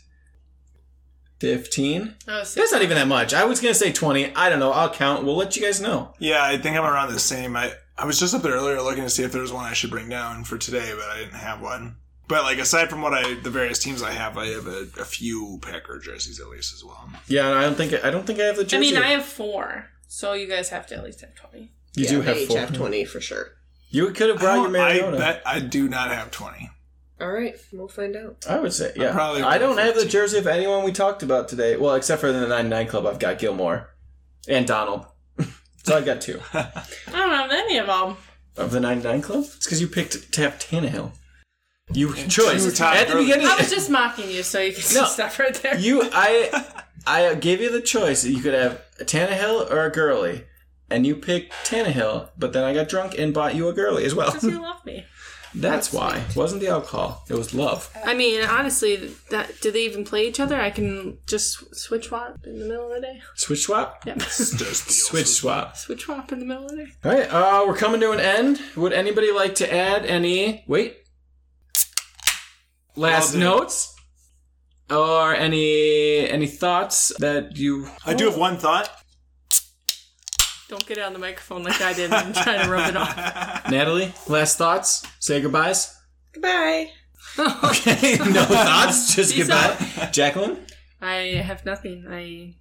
S3: 15.
S6: I was
S3: That's not even that much. I was going to say 20. I don't know. I'll count. We'll let you guys know.
S2: Yeah, I think I'm around the same. I I was just up there earlier looking to see if there was one I should bring down for today, but I didn't have one. But like aside from what I the various teams I have, I have a, a few Packer jerseys at least as well.
S3: Yeah, and I don't think I don't think I have the jersey.
S6: I mean, I have four, so you guys have to at least have twenty.
S3: you
S4: Yeah,
S3: do
S4: we
S3: have
S4: each
S3: four.
S4: have twenty for sure.
S3: You could have
S2: I,
S3: brought your
S2: don't- I
S3: Mariota. I,
S2: bet I do not have twenty.
S4: All right, we'll find out.
S3: would say yeah.
S2: probably
S3: I don't
S2: around
S3: have the
S2: 15.
S3: jersey of anyone we talked about today. Well, except for the 99 club, I've got Gilmore and Donald. so I've got two
S6: I don't have any of them.
S3: of the 99 club. It's because you picked Tap Tannehill. You choice
S2: two Todd
S3: at the
S2: Gurley.
S3: beginning.
S6: I was just mocking you, so you can
S3: No.
S6: just stop right there.
S3: you I I gave you the choice. You could have a Tannehill or a Gurley, and you picked Tannehill. But then I got drunk and bought you a Gurley as well.
S6: Because you love me.
S3: That's why. It wasn't the alcohol. It was love.
S6: I mean, honestly, that do they even play each other? I can just switch wop in the middle of the day.
S3: Switch swap.
S6: Yep.
S2: Just
S3: Switch swap.
S6: switch wop in the middle of the day.
S3: All right. Uh, we're coming to an end. Would anybody like to add any? Wait. Last
S2: Well, the-
S3: notes. Or any any thoughts that you?
S2: I do have one thought.
S6: Don't get it on the microphone like I did and try to rub it off.
S3: Natalie, last thoughts. Say goodbyes.
S4: Goodbye.
S3: Okay, no thoughts. Just
S6: Peace
S3: goodbye, Jacqueline.
S6: I have nothing. I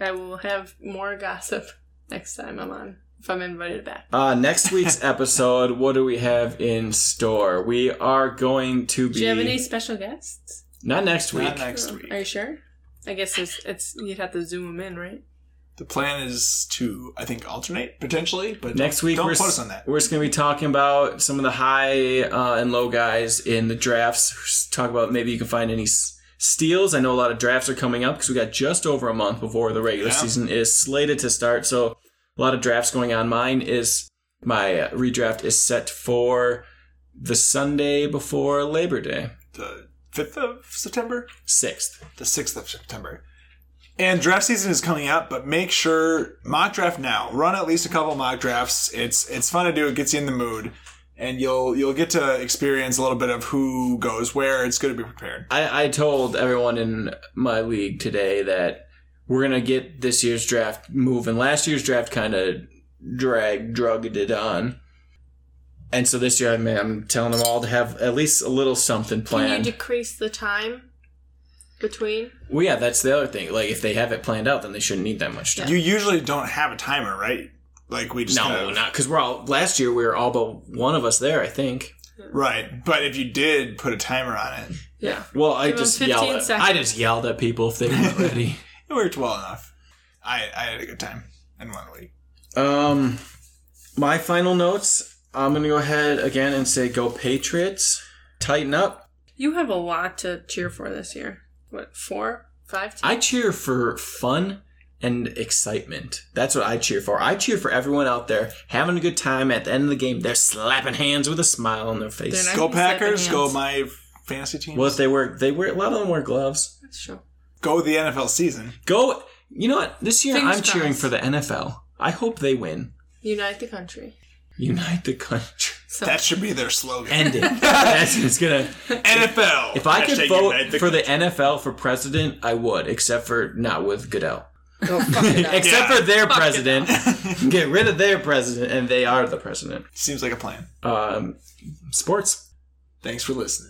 S6: I will have more gossip next time I'm on if I'm invited back.
S3: Uh, next week's episode, what do we have in store? We are going to be
S6: Do you have any special guests?
S3: not next week.
S2: Not next
S6: Are you
S2: week.
S6: sure? I guess it's, it's you'd have to zoom them in, right?
S2: The plan is to I think alternate potentially, but
S3: Next
S2: don't-
S3: week,
S2: don't
S3: we're,
S2: put
S3: s-
S2: us on that.
S3: we're just going to be talking about some of the high uh, and low guys in the drafts. Just Talk about maybe you can find any s- steals. I know a lot of drafts are coming up because we got just over a month before the regular
S2: Yeah.
S3: season is slated to start. So a lot of drafts going on. Mine is my uh, redraft is set for the Sunday before Labor Day,
S2: The fifth of September.
S3: sixth.
S2: the 6th of September. And draft season is coming up, but make sure mock draft now. Run at least a couple mock drafts. It's it's fun to do. It gets you in the mood, and you'll you'll get to experience a little bit of who goes where. It's good to be prepared.
S3: I, I told everyone in my league today that we're gonna get this year's draft moving. Last year's draft kind of drag drugged it on, and so this year I'm, I'm telling them all to have at least a little something
S6: Can
S3: planned.
S6: you decrease the time between?
S3: well, yeah, that's the other thing. Like if they have it planned out, then they shouldn't need that much time.
S2: You usually don't have a timer, right? Like we just kind
S3: No,
S2: of-
S3: not because we're all. Last year we were all but one of us there, I think.
S2: right. But if you did put a timer on it,
S6: Yeah.
S3: Well, I
S6: Give 'em
S3: just
S6: 15
S3: yelled. At, I
S6: seconds.
S3: just yelled at people if they weren't ready.
S2: it worked well enough. I I had a good time in one week.
S3: Um, my final notes. I'm gonna go ahead again and say, go Patriots. Tighten up.
S6: You have a lot to cheer for this year. What four, five? teams?
S3: I cheer for fun and excitement. That's what I cheer for. I cheer for everyone out there having a good time. At the end of the game, they're slapping hands with a smile on their face.
S6: They're not-
S2: Go
S6: can slap
S2: Packers.
S6: in
S2: Go
S6: hands.
S2: my fantasy team.
S3: Well, if they wear, they wear a lot of them wear gloves.
S6: That's true.
S2: Go the NFL season.
S3: Go. You know what? This year
S6: Fingers
S3: I'm cheering
S6: crossed.
S3: for the NFL. I hope they win.
S6: Unite the country.
S3: Unite the country.
S6: So
S2: That should be their slogan.
S3: End it. That's it's gonna.
S2: NFL.
S3: If I could
S2: Hashtag
S3: vote
S2: Unite
S3: for the NFL for president, I would, except for not with Goodell.
S4: Oh, fuck it up.
S3: except
S2: Yeah.
S3: for their president. Get rid of their president, and they are the president.
S2: Seems like a plan.
S3: Um, sports.
S2: Thanks for listening.